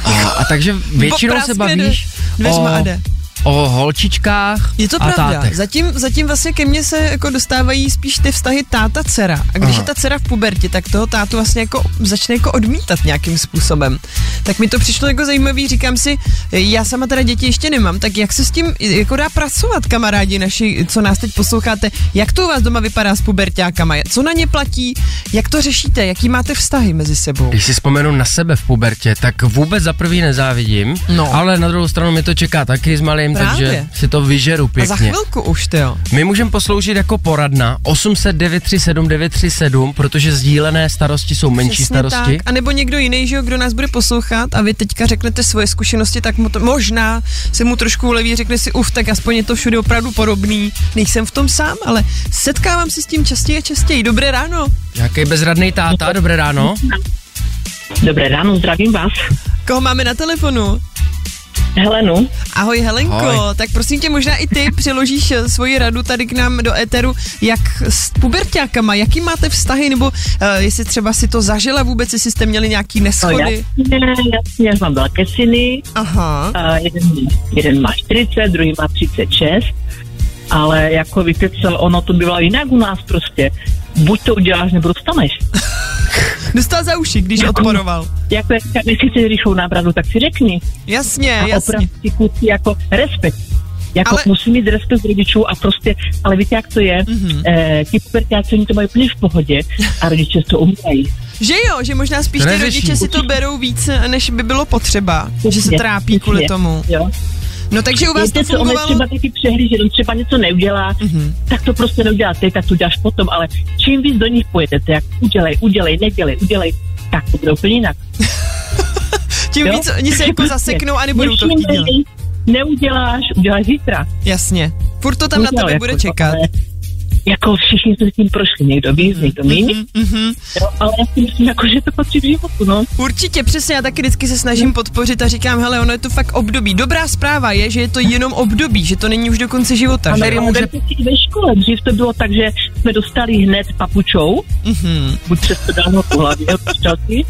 Speaker 2: A, a, a takže většinou se
Speaker 3: Popraskne
Speaker 2: bavíš
Speaker 3: dve- dveřma a
Speaker 2: o,
Speaker 3: jde.
Speaker 2: o holčičkách
Speaker 3: Je to
Speaker 2: a
Speaker 3: pravda.
Speaker 2: tátech.
Speaker 3: Zatím, zatím vlastně ke mně se jako dostávají spíš ty vztahy táta dcera. A když Aha. je ta dcera v pubertě, tak toho tátu vlastně jako začne jako odmítat nějakým způsobem. Tak mi to přišlo jako zajímavý, říkám si, já sama teda děti ještě nemám, tak jak se s tím jako dá pracovat, kamarádi naši, co nás teď posloucháte, jak to u vás doma vypadá s pubertákama, co na ně platí, jak to řešíte, jaký máte vztahy mezi sebou.
Speaker 2: Když si vzpomenu na sebe v pubertě, tak vůbec za prvý nezávidím,
Speaker 3: No.
Speaker 2: ale na druhou stranu mě to čeká taky s malým,
Speaker 3: Právě.
Speaker 2: takže si to vyžeru
Speaker 3: A za
Speaker 2: pěkně.
Speaker 3: chvilku už, ty jo.
Speaker 2: My můžeme posloužit jako poradna 800 937 937, protože sdílené starosti jsou menší
Speaker 3: Přesně
Speaker 2: starosti.
Speaker 3: Tak. A nebo někdo jiný, že jo, kdo nás bude poslouchat a vy teďka řeknete svoje zkušenosti, tak mu to, možná se mu trošku uleví, řekne si, uf, tak aspoň je to všude opravdu podobný. Nejsem v tom sám, ale setkávám se s tím častěji a častěji. Dobré ráno.
Speaker 2: Jaký bezradný táta, dobré ráno.
Speaker 8: Dobré ráno, zdravím vás.
Speaker 3: Koho máme na telefonu?
Speaker 8: Helenu,
Speaker 3: Ahoj Helenko,
Speaker 2: Ahoj.
Speaker 3: Ahoj. tak prosím tě, možná i ty přiložíš eh, svoji radu tady k nám do éteru, jak s puberťákama, jaký máte vztahy, nebo uh, jestli třeba si to zažila vůbec, jestli jste měli nějaký
Speaker 8: no
Speaker 3: neschody.
Speaker 8: jasně, jasně, já mám velké syny,
Speaker 3: Aha.
Speaker 8: a jeden, jeden má 40, druhý má 36, ale jako víte co, ono to bylo jinak u nás prostě. Buď to uděláš, nebo dostaneš.
Speaker 3: Dostal za uši, když odporoval.
Speaker 8: Jako jak když chceš rychlou nápravu, tak si řekni.
Speaker 3: Jasně,
Speaker 8: A
Speaker 3: jasně.
Speaker 8: opravdu ti kluci jako respekt. Jako
Speaker 3: Ale-
Speaker 8: ale... musí mít respekt rodičů a prostě,
Speaker 3: Mhm.
Speaker 8: ale víte, jak to je, mm-hmm. eh, ti pubertáci, oni to mají plně v pohodě a rodiče to umírají.
Speaker 3: Že jo, že možná spíš
Speaker 2: To
Speaker 3: ty
Speaker 2: neřeší.
Speaker 3: rodiče si to berou víc, eh, než by bylo potřeba, že se
Speaker 8: Určitě,
Speaker 3: trápí kvůli
Speaker 8: určitě,
Speaker 3: tomu.
Speaker 8: Jo.
Speaker 3: No takže u vás to
Speaker 8: Víte, co on je
Speaker 3: fungovalo? Mhm.
Speaker 8: třeba taky přehlížet, on třeba něco neudělá, mm-hmm. tak to prostě neudělá teď, tak to děláš potom, ale čím víc do nich pojedete, jak udělej, udělej, nedělej, udělej, tak to bude úplně jinak.
Speaker 3: Tím
Speaker 8: Jo?
Speaker 3: víc oni se jako
Speaker 8: Prostě.
Speaker 3: zaseknou a nebudou to
Speaker 8: Nevšímej,
Speaker 3: chtít dělat.
Speaker 8: Neuděláš, uděláš zítra.
Speaker 3: Jasně. Furt to tam na
Speaker 8: Udělej,
Speaker 3: tebe bude
Speaker 8: kurva,
Speaker 3: čekat.
Speaker 8: ale Jako všichni jsme s tím prošli, někdo víc, někdo méně,
Speaker 3: Mhm.
Speaker 8: jo, ale já si myslím, jako, že to patří k životu, no.
Speaker 3: Určitě, přesně, já taky vždycky se
Speaker 8: Mhm.
Speaker 3: snažím podpořit a říkám, hele, ono je to fakt období. Dobrá zpráva je, že je to jenom období, že to není už do konce života.
Speaker 8: Ano,
Speaker 3: Že? No,
Speaker 8: ale může... ve škole. Dřív to bylo tak, že jsme dostali hned papučou,
Speaker 3: Mhm.
Speaker 8: buď přes to dáno po hlavě, občasy.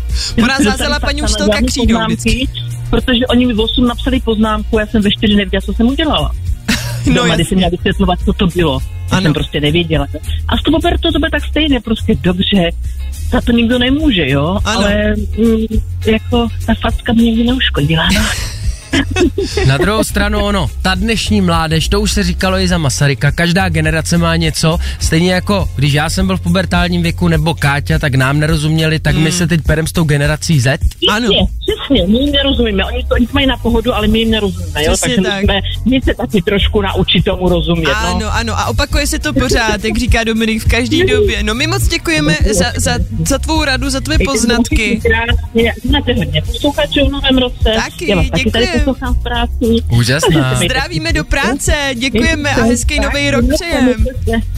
Speaker 3: Ona zázela paní učitelka křídou vždycky.
Speaker 8: Protože oni mi v 8 napsali poznámku, já jsem ve 4 nevěděla, co jsem udělala.
Speaker 3: No,
Speaker 8: Doma, když
Speaker 3: jasně.
Speaker 8: jsem měla vysvětlovat, co to bylo. Já
Speaker 3: Ano.
Speaker 8: jsem prostě nevěděla. A s tou to, to bude tak stejné, prostě dobře. Za to nikdo nemůže, jo?
Speaker 3: Ano.
Speaker 8: Ale mm, jako ta facka mě nikdy
Speaker 3: *laughs*
Speaker 8: neuškodila.
Speaker 2: Na druhou stranu ono, ta dnešní mládež, to už se říkalo i za Masaryka, každá generace má něco, stejně jako když já jsem byl v pubertálním věku nebo Káťa, tak nám nerozuměli, tak
Speaker 3: Hmm.
Speaker 2: my se teď perem s tou generací Z.
Speaker 3: Ano.
Speaker 8: Přesně, přesně, my jim nerozumíme. Oni to oni to mají na pohodu, ale my jim nerozumíme, jo?
Speaker 3: Přesně
Speaker 8: Takže
Speaker 3: tak.
Speaker 8: my, jsme, my se taky trošku naučit tomu rozumět, no.
Speaker 3: Ano, ano, a opakuje se to pořád, jak říká Dominik, v každé době. No my moc děkujeme za, za, za tvou radu, za tvé
Speaker 8: Mějte se
Speaker 3: poznatky.
Speaker 8: moc krásně, Máte hodně posluchačů v novém roce.
Speaker 3: Taky,
Speaker 8: Já vás taky tady
Speaker 3: děkujem.
Speaker 8: poslouchám v práci.
Speaker 3: *laughs*
Speaker 2: Úžasná.
Speaker 3: Zdravíme do práce, děkujeme a hezký nový rok
Speaker 8: no,
Speaker 3: přejem.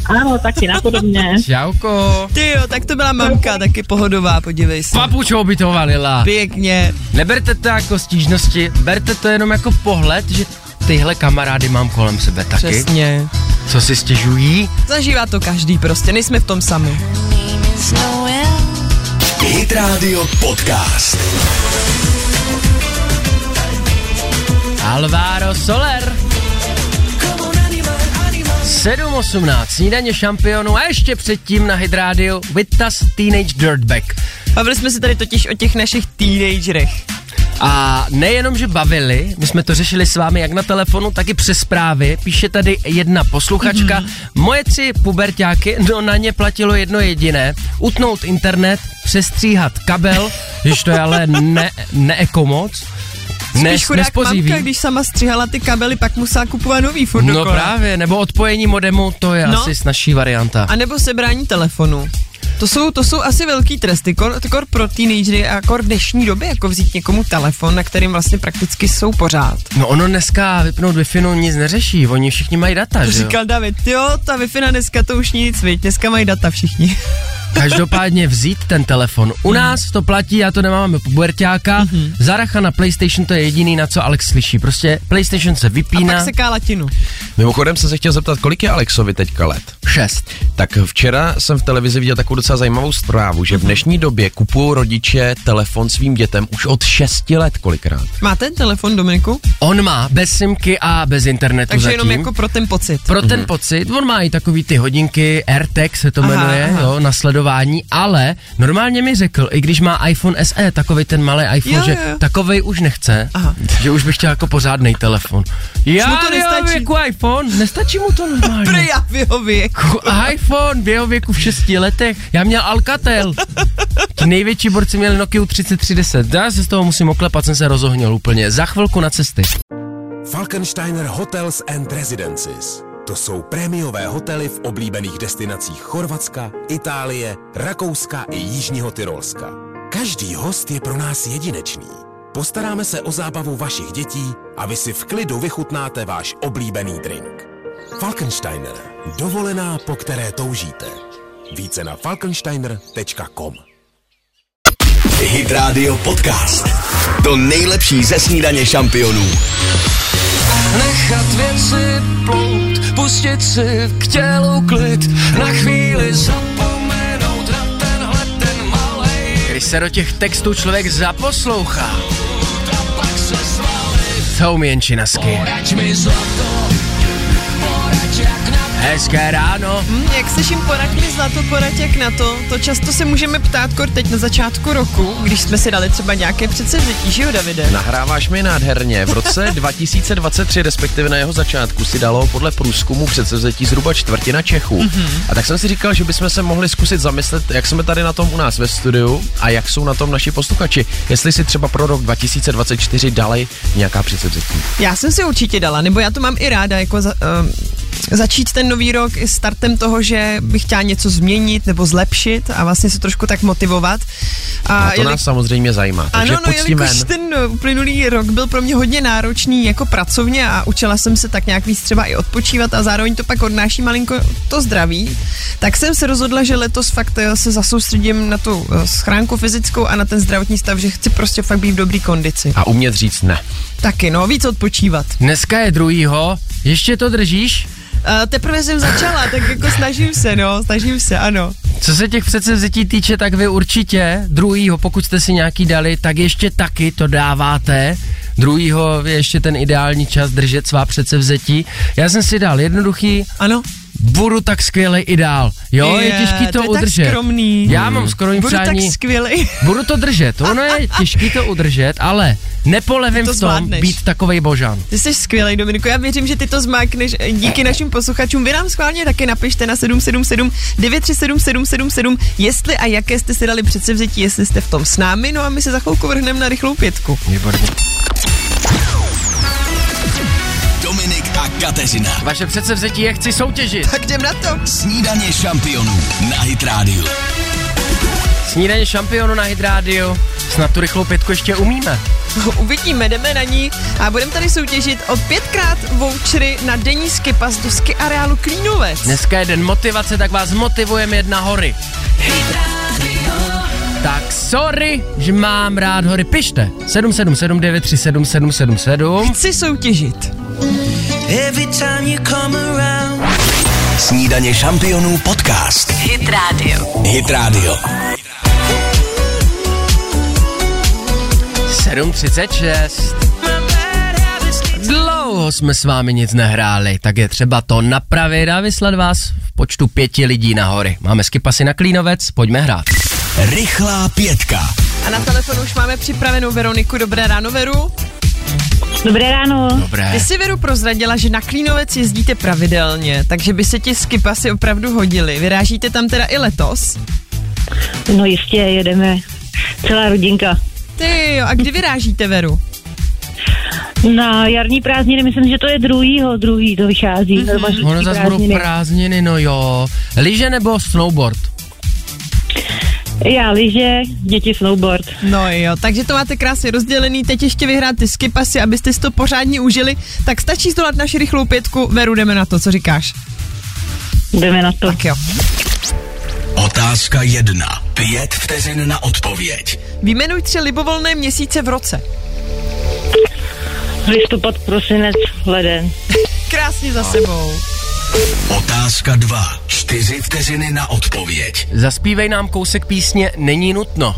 Speaker 8: Ano, taky napodobně.
Speaker 2: Čauko.
Speaker 3: Ty jo, tak to byla mamka, taky pohodová, podívej se.
Speaker 2: Papučou by to valila.
Speaker 3: Pěkně.
Speaker 2: Neberte to jako stížnosti, berte to jenom jako pohled, že tyhle kamarády mám kolem sebe taky,
Speaker 3: Přesně.
Speaker 2: co si stěžují.
Speaker 3: Zažívá to každý prostě, nejsme v tom sami.
Speaker 1: Hit Radio Podcast.
Speaker 2: Alvaro Soler. 7.18, snídaně šampionů a ještě předtím na Hydrádiu With Us Teenage Dirtbag.
Speaker 3: Bavili jsme se tady totiž o těch našich teenagerech.
Speaker 2: A nejenom, že bavili, my jsme to řešili s vámi jak na telefonu, tak i přes zprávy. Píše tady jedna posluchačka.
Speaker 3: Mhm.
Speaker 2: Mm-hmm. Moje tři puberťáky, no na ně platilo jedno jediné. Utnout internet, přestříhat kabel, když to je ale ne, neeko moc.
Speaker 3: Spíš chudák
Speaker 2: nespoziví.
Speaker 3: mamka, když sama střihala ty kabely, pak musela kupovat nový furt
Speaker 2: No
Speaker 3: dokola.
Speaker 2: právě, nebo odpojení modemu, to je
Speaker 3: No.
Speaker 2: asi snažší varianta.
Speaker 3: A nebo sebrání telefonu. To jsou, to jsou asi velký tresty, kor, kor pro teenagery a kor v dnešní době, jako vzít někomu telefon, na kterým vlastně prakticky jsou pořád.
Speaker 2: No ono dneska vypnout wi nic neřeší, oni všichni mají data, že jo?
Speaker 3: Říkal David, jo, ta wi dneska to už nic, viď, dneska mají data všichni.
Speaker 2: Každopádně vzít ten telefon. U
Speaker 3: Hmm.
Speaker 2: nás to platí, já to nemám puberťáka,
Speaker 3: Mhm.
Speaker 2: zaracha na PlayStation to je jediný, na co Alex slyší. Prostě PlayStation se
Speaker 3: A
Speaker 2: vypíná,
Speaker 3: pak seká latinu.
Speaker 5: Mimochodem jsem se chtěl zeptat, kolik je Alexovi teďka let?
Speaker 2: 6.
Speaker 5: Tak včera jsem v televizi viděl takovou docela zajímavou zprávu, že v dnešní době kupují rodiče telefon svým dětem už od 6 let kolikrát.
Speaker 3: Má ten telefon, Dominiku?
Speaker 2: On má bez simky a bez internetu
Speaker 3: Takže
Speaker 2: zatím.
Speaker 3: jenom jako pro ten pocit.
Speaker 2: pro ten pocit, on má i takový ty hodinky, AirTag se to
Speaker 3: Aha,
Speaker 2: jmenuje, aha,
Speaker 3: aha.
Speaker 2: jo, na sledování, ale normálně mi řekl, i když má iPhone SE, takový ten malý iPhone,
Speaker 3: Jo,
Speaker 2: že
Speaker 3: jo, jo.
Speaker 2: takovej už nechce, aha.
Speaker 3: Aha.
Speaker 2: že už bych chtěl jako pořádný telefon. Já
Speaker 3: mu to
Speaker 2: v jeho
Speaker 3: nestačí.
Speaker 2: věku iPhone, nestačí mu to normálně.
Speaker 3: Prý já v jeho věku.
Speaker 2: iPhone v jeho věku v 6 letech. Já měl Alcatel. Ti největší borci měli Nokia 3310. Já se z toho musím oklepat, jsem se rozohnil úplně. Za chvilku na cesty.
Speaker 6: Falkensteiner Hotels and Residences. To jsou prémiové hotely v oblíbených destinacích Chorvatska, Itálie, Rakouska i Jižního Tyrolska. Každý host je pro nás jedinečný. Postaráme se o zábavu vašich dětí a vy si v klidu vychutnáte váš oblíbený drink. Falkensteiner. Dovolená, po které toužíte. Více na falkensteiner.com
Speaker 1: Hit Radio Podcast. To nejlepší ze snídaně šampionů.
Speaker 9: Nechat věci plout, pustit si k tělu klid, na chvíli zapomenout na tenhle ten malej
Speaker 2: Když se do těch textů člověk zaposlouchá, jsou měnčinasky.
Speaker 9: Poraď mi zlato, poraď jak na
Speaker 2: Hezké ráno.
Speaker 3: Hm, jak se jim poraď mi zlato, poraď jak na to. To často se můžeme ptát, kor teď na začátku roku, když jsme si dali třeba nějaké předsevzetí, že jo, Davide?
Speaker 2: No.
Speaker 5: Nahráváš mi nádherně. V
Speaker 6: *laughs*
Speaker 5: roce 2023, respektive na jeho začátku, si dalo podle průzkumu předsevzetí zhruba čtvrtina Čechů. Mm-hmm.
Speaker 6: Mhm.
Speaker 5: A tak jsem si říkal, že bychom se mohli zkusit zamyslet, jak jsme tady na tom u nás ve studiu a jak jsou na tom naši posluchači. Jestli si třeba pro rok 2024 dali nějaká předsevzetí.
Speaker 3: Já jsem si určitě dala, nebo já to mám i ráda, jako za, um, začít ten nový rok i startem toho, že bych chtěla něco změnit nebo zlepšit a vlastně se trošku tak motivovat. A
Speaker 2: No,
Speaker 5: A to
Speaker 3: jeli-
Speaker 5: nás samozřejmě zajímá. Takže
Speaker 3: ano, no,
Speaker 5: pojď s tím
Speaker 3: jelikož
Speaker 5: ven.
Speaker 3: ten eh, uplynulý rok byl pro mě hodně náročný jako pracovně a učila jsem se tak nějak víc třeba i odpočívat a zároveň to pak odnáší malinko to zdraví, tak jsem se rozhodla, že letos fakt eh, se zasoustředím na tu eh, schránku fyzickou a na ten zdravotní stav, že chci prostě fakt být v dobrý kondici.
Speaker 5: A umět říct ne.
Speaker 3: Taky, no, víc odpočívat.
Speaker 2: Dneska je druhýho. Ještě to držíš?
Speaker 3: Eh, teprve jsem začala, tak jako snažím se, no, snažím se, ano.
Speaker 2: Co se těch předsevzetí týče, tak vy určitě druhýho, pokud jste si nějaký dali, tak ještě taky to dáváte. Druhýho je ještě ten ideální čas držet svá předsevzetí. Já jsem si dal jednoduchý,
Speaker 3: Ano,
Speaker 2: budu tak skvělej i dál. Jo, je,
Speaker 3: Je,
Speaker 2: těžký to,
Speaker 3: to je tak
Speaker 2: udržet.
Speaker 3: skromný.
Speaker 2: Já mám skromný
Speaker 3: budu tak
Speaker 2: přání.
Speaker 3: skvělý.
Speaker 2: Budu to držet, ono je těžký to udržet, ale nepolevím
Speaker 3: To
Speaker 2: v tom
Speaker 3: zvládneš.
Speaker 2: být takovej božan.
Speaker 3: Ty jsi skvělý, Dominiku. Já věřím, že ty to zmákneš. eh, Díky našim posluchačům. Vy nám schválně taky napište na 777 937 777, jestli a jaké jste si dali předsevzetí, jestli jste v tom s námi. No a my se za chvilku vrhneme na rychlou pětku.
Speaker 2: Výborně.
Speaker 1: Dominik a Kateřina.
Speaker 2: Vaše předsevzetí je chci soutěžit.
Speaker 3: Tak jdem na to.
Speaker 1: Snídaně šampionů na Hit Radio.
Speaker 2: Snídaně šampionu na Hydrádiu. Snad tu rychlou pětku ještě umíme.
Speaker 3: No, Uvidíme, jdeme na ní a budeme tady soutěžit o pětkrát vouchery na denní skipas do ski areálu Klínovec.
Speaker 2: Dneska je den motivace, tak vás motivujeme jet na hory. Tak sorry, že mám rád hory. Pište 777 937 777.
Speaker 3: Chci soutěžit.
Speaker 1: Snídaně šampionů podcast. Hit Radio. Hit Radio.
Speaker 2: 7.36. Dlouho jsme s vámi nic nehráli, tak je třeba to napravit a vyslat vás v počtu pěti lidí na hory. Máme skipasy na Klínovec, pojďme hrát.
Speaker 1: Rychlá pětka.
Speaker 3: A na telefonu už máme připravenou Veroniku. Dobré ráno, Veru.
Speaker 4: Dobré ráno.
Speaker 2: Dobré.
Speaker 3: Ty si Veru prozradila, že na Klínovec jezdíte pravidelně, takže by se ti skipasy opravdu hodily. Vyrážíte tam teda i letos?
Speaker 4: No jistě, jedeme. Celá rodinka.
Speaker 3: Ty jo, a kdy vyrážíte Veru?
Speaker 4: Na jarní prázdniny, myslím, že to je druhýho, druhý to vychází.
Speaker 3: Mhm.
Speaker 4: Mm-hmm.
Speaker 2: Ono zase budou prázdniny, no jo. Lyže nebo snowboard?
Speaker 4: Já lyže, děti snowboard.
Speaker 3: No jo, takže to máte krásně rozdělený, teď ještě vyhrát ty skipasy, abyste si to pořádně užili, tak stačí zdolat naši rychlou pětku, Veru jdeme na to, co říkáš.
Speaker 4: Jdeme na to.
Speaker 3: Tak jo.
Speaker 1: Otázka jedna. Pět vteřin na odpověď.
Speaker 3: Vyjmenuj tři libovolné měsíce v roce.
Speaker 4: Listopad, prosinec, leden.
Speaker 3: Krásně za sebou.
Speaker 1: Otázka dva. Čtyři vteřiny na odpověď.
Speaker 2: Zaspívej nám kousek písně Není nutno.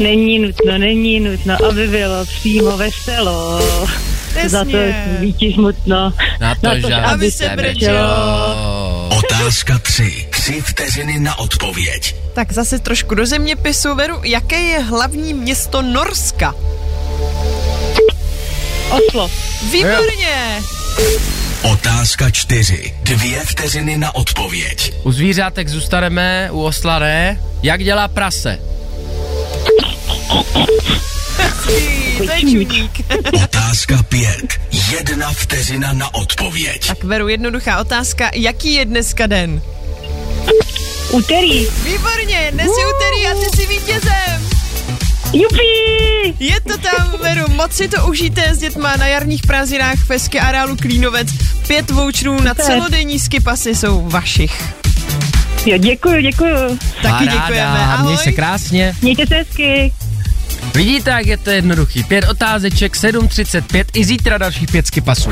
Speaker 4: Není nutno, není nutno, aby bylo přímo veselo. Za to
Speaker 3: Přesně.
Speaker 4: vítěz smutno.
Speaker 2: Na to, že
Speaker 3: aby se
Speaker 2: brečelo.
Speaker 1: Otázka tři. Tři vteřiny na odpověď.
Speaker 3: Tak zase trošku do zeměpisu, Veru, jaké je hlavní město Norska?
Speaker 4: Oslo.
Speaker 3: Výborně!
Speaker 1: Otázka čtyři. Dvě vteřiny na odpověď.
Speaker 2: U zvířátek zůstaneme, u osla ne. Jak dělá prase?
Speaker 3: Ty, to je čudík.
Speaker 1: Otázka pět. Jedna vteřina na odpověď.
Speaker 3: Tak Veru, jednoduchá otázka, jaký je dneska den?
Speaker 4: Úterý.
Speaker 3: Výborně, dnes je úterý a ty jsi vítězem.
Speaker 4: Jupi!
Speaker 3: Je to tam, Veru, moc si to užijte s dětma na jarních prázdninách ve ski areálu Klínovec. Pět voucherů na celodenní ski pasy jsou vašich.
Speaker 4: Jo, děkuju, děkuju.
Speaker 3: Taky
Speaker 2: Paráda,
Speaker 3: děkujeme, ahoj.
Speaker 2: Měj se krásně.
Speaker 4: Mějte se hezky.
Speaker 2: Vidíte, jak je to jednoduchý. Pět otázeček, 7.35 i zítra dalších pět skipasů.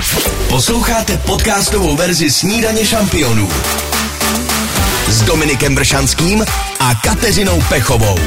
Speaker 1: Posloucháte podcastovou verzi Snídaně šampionů s Dominikem Bršanským a Kateřinou Pechovou.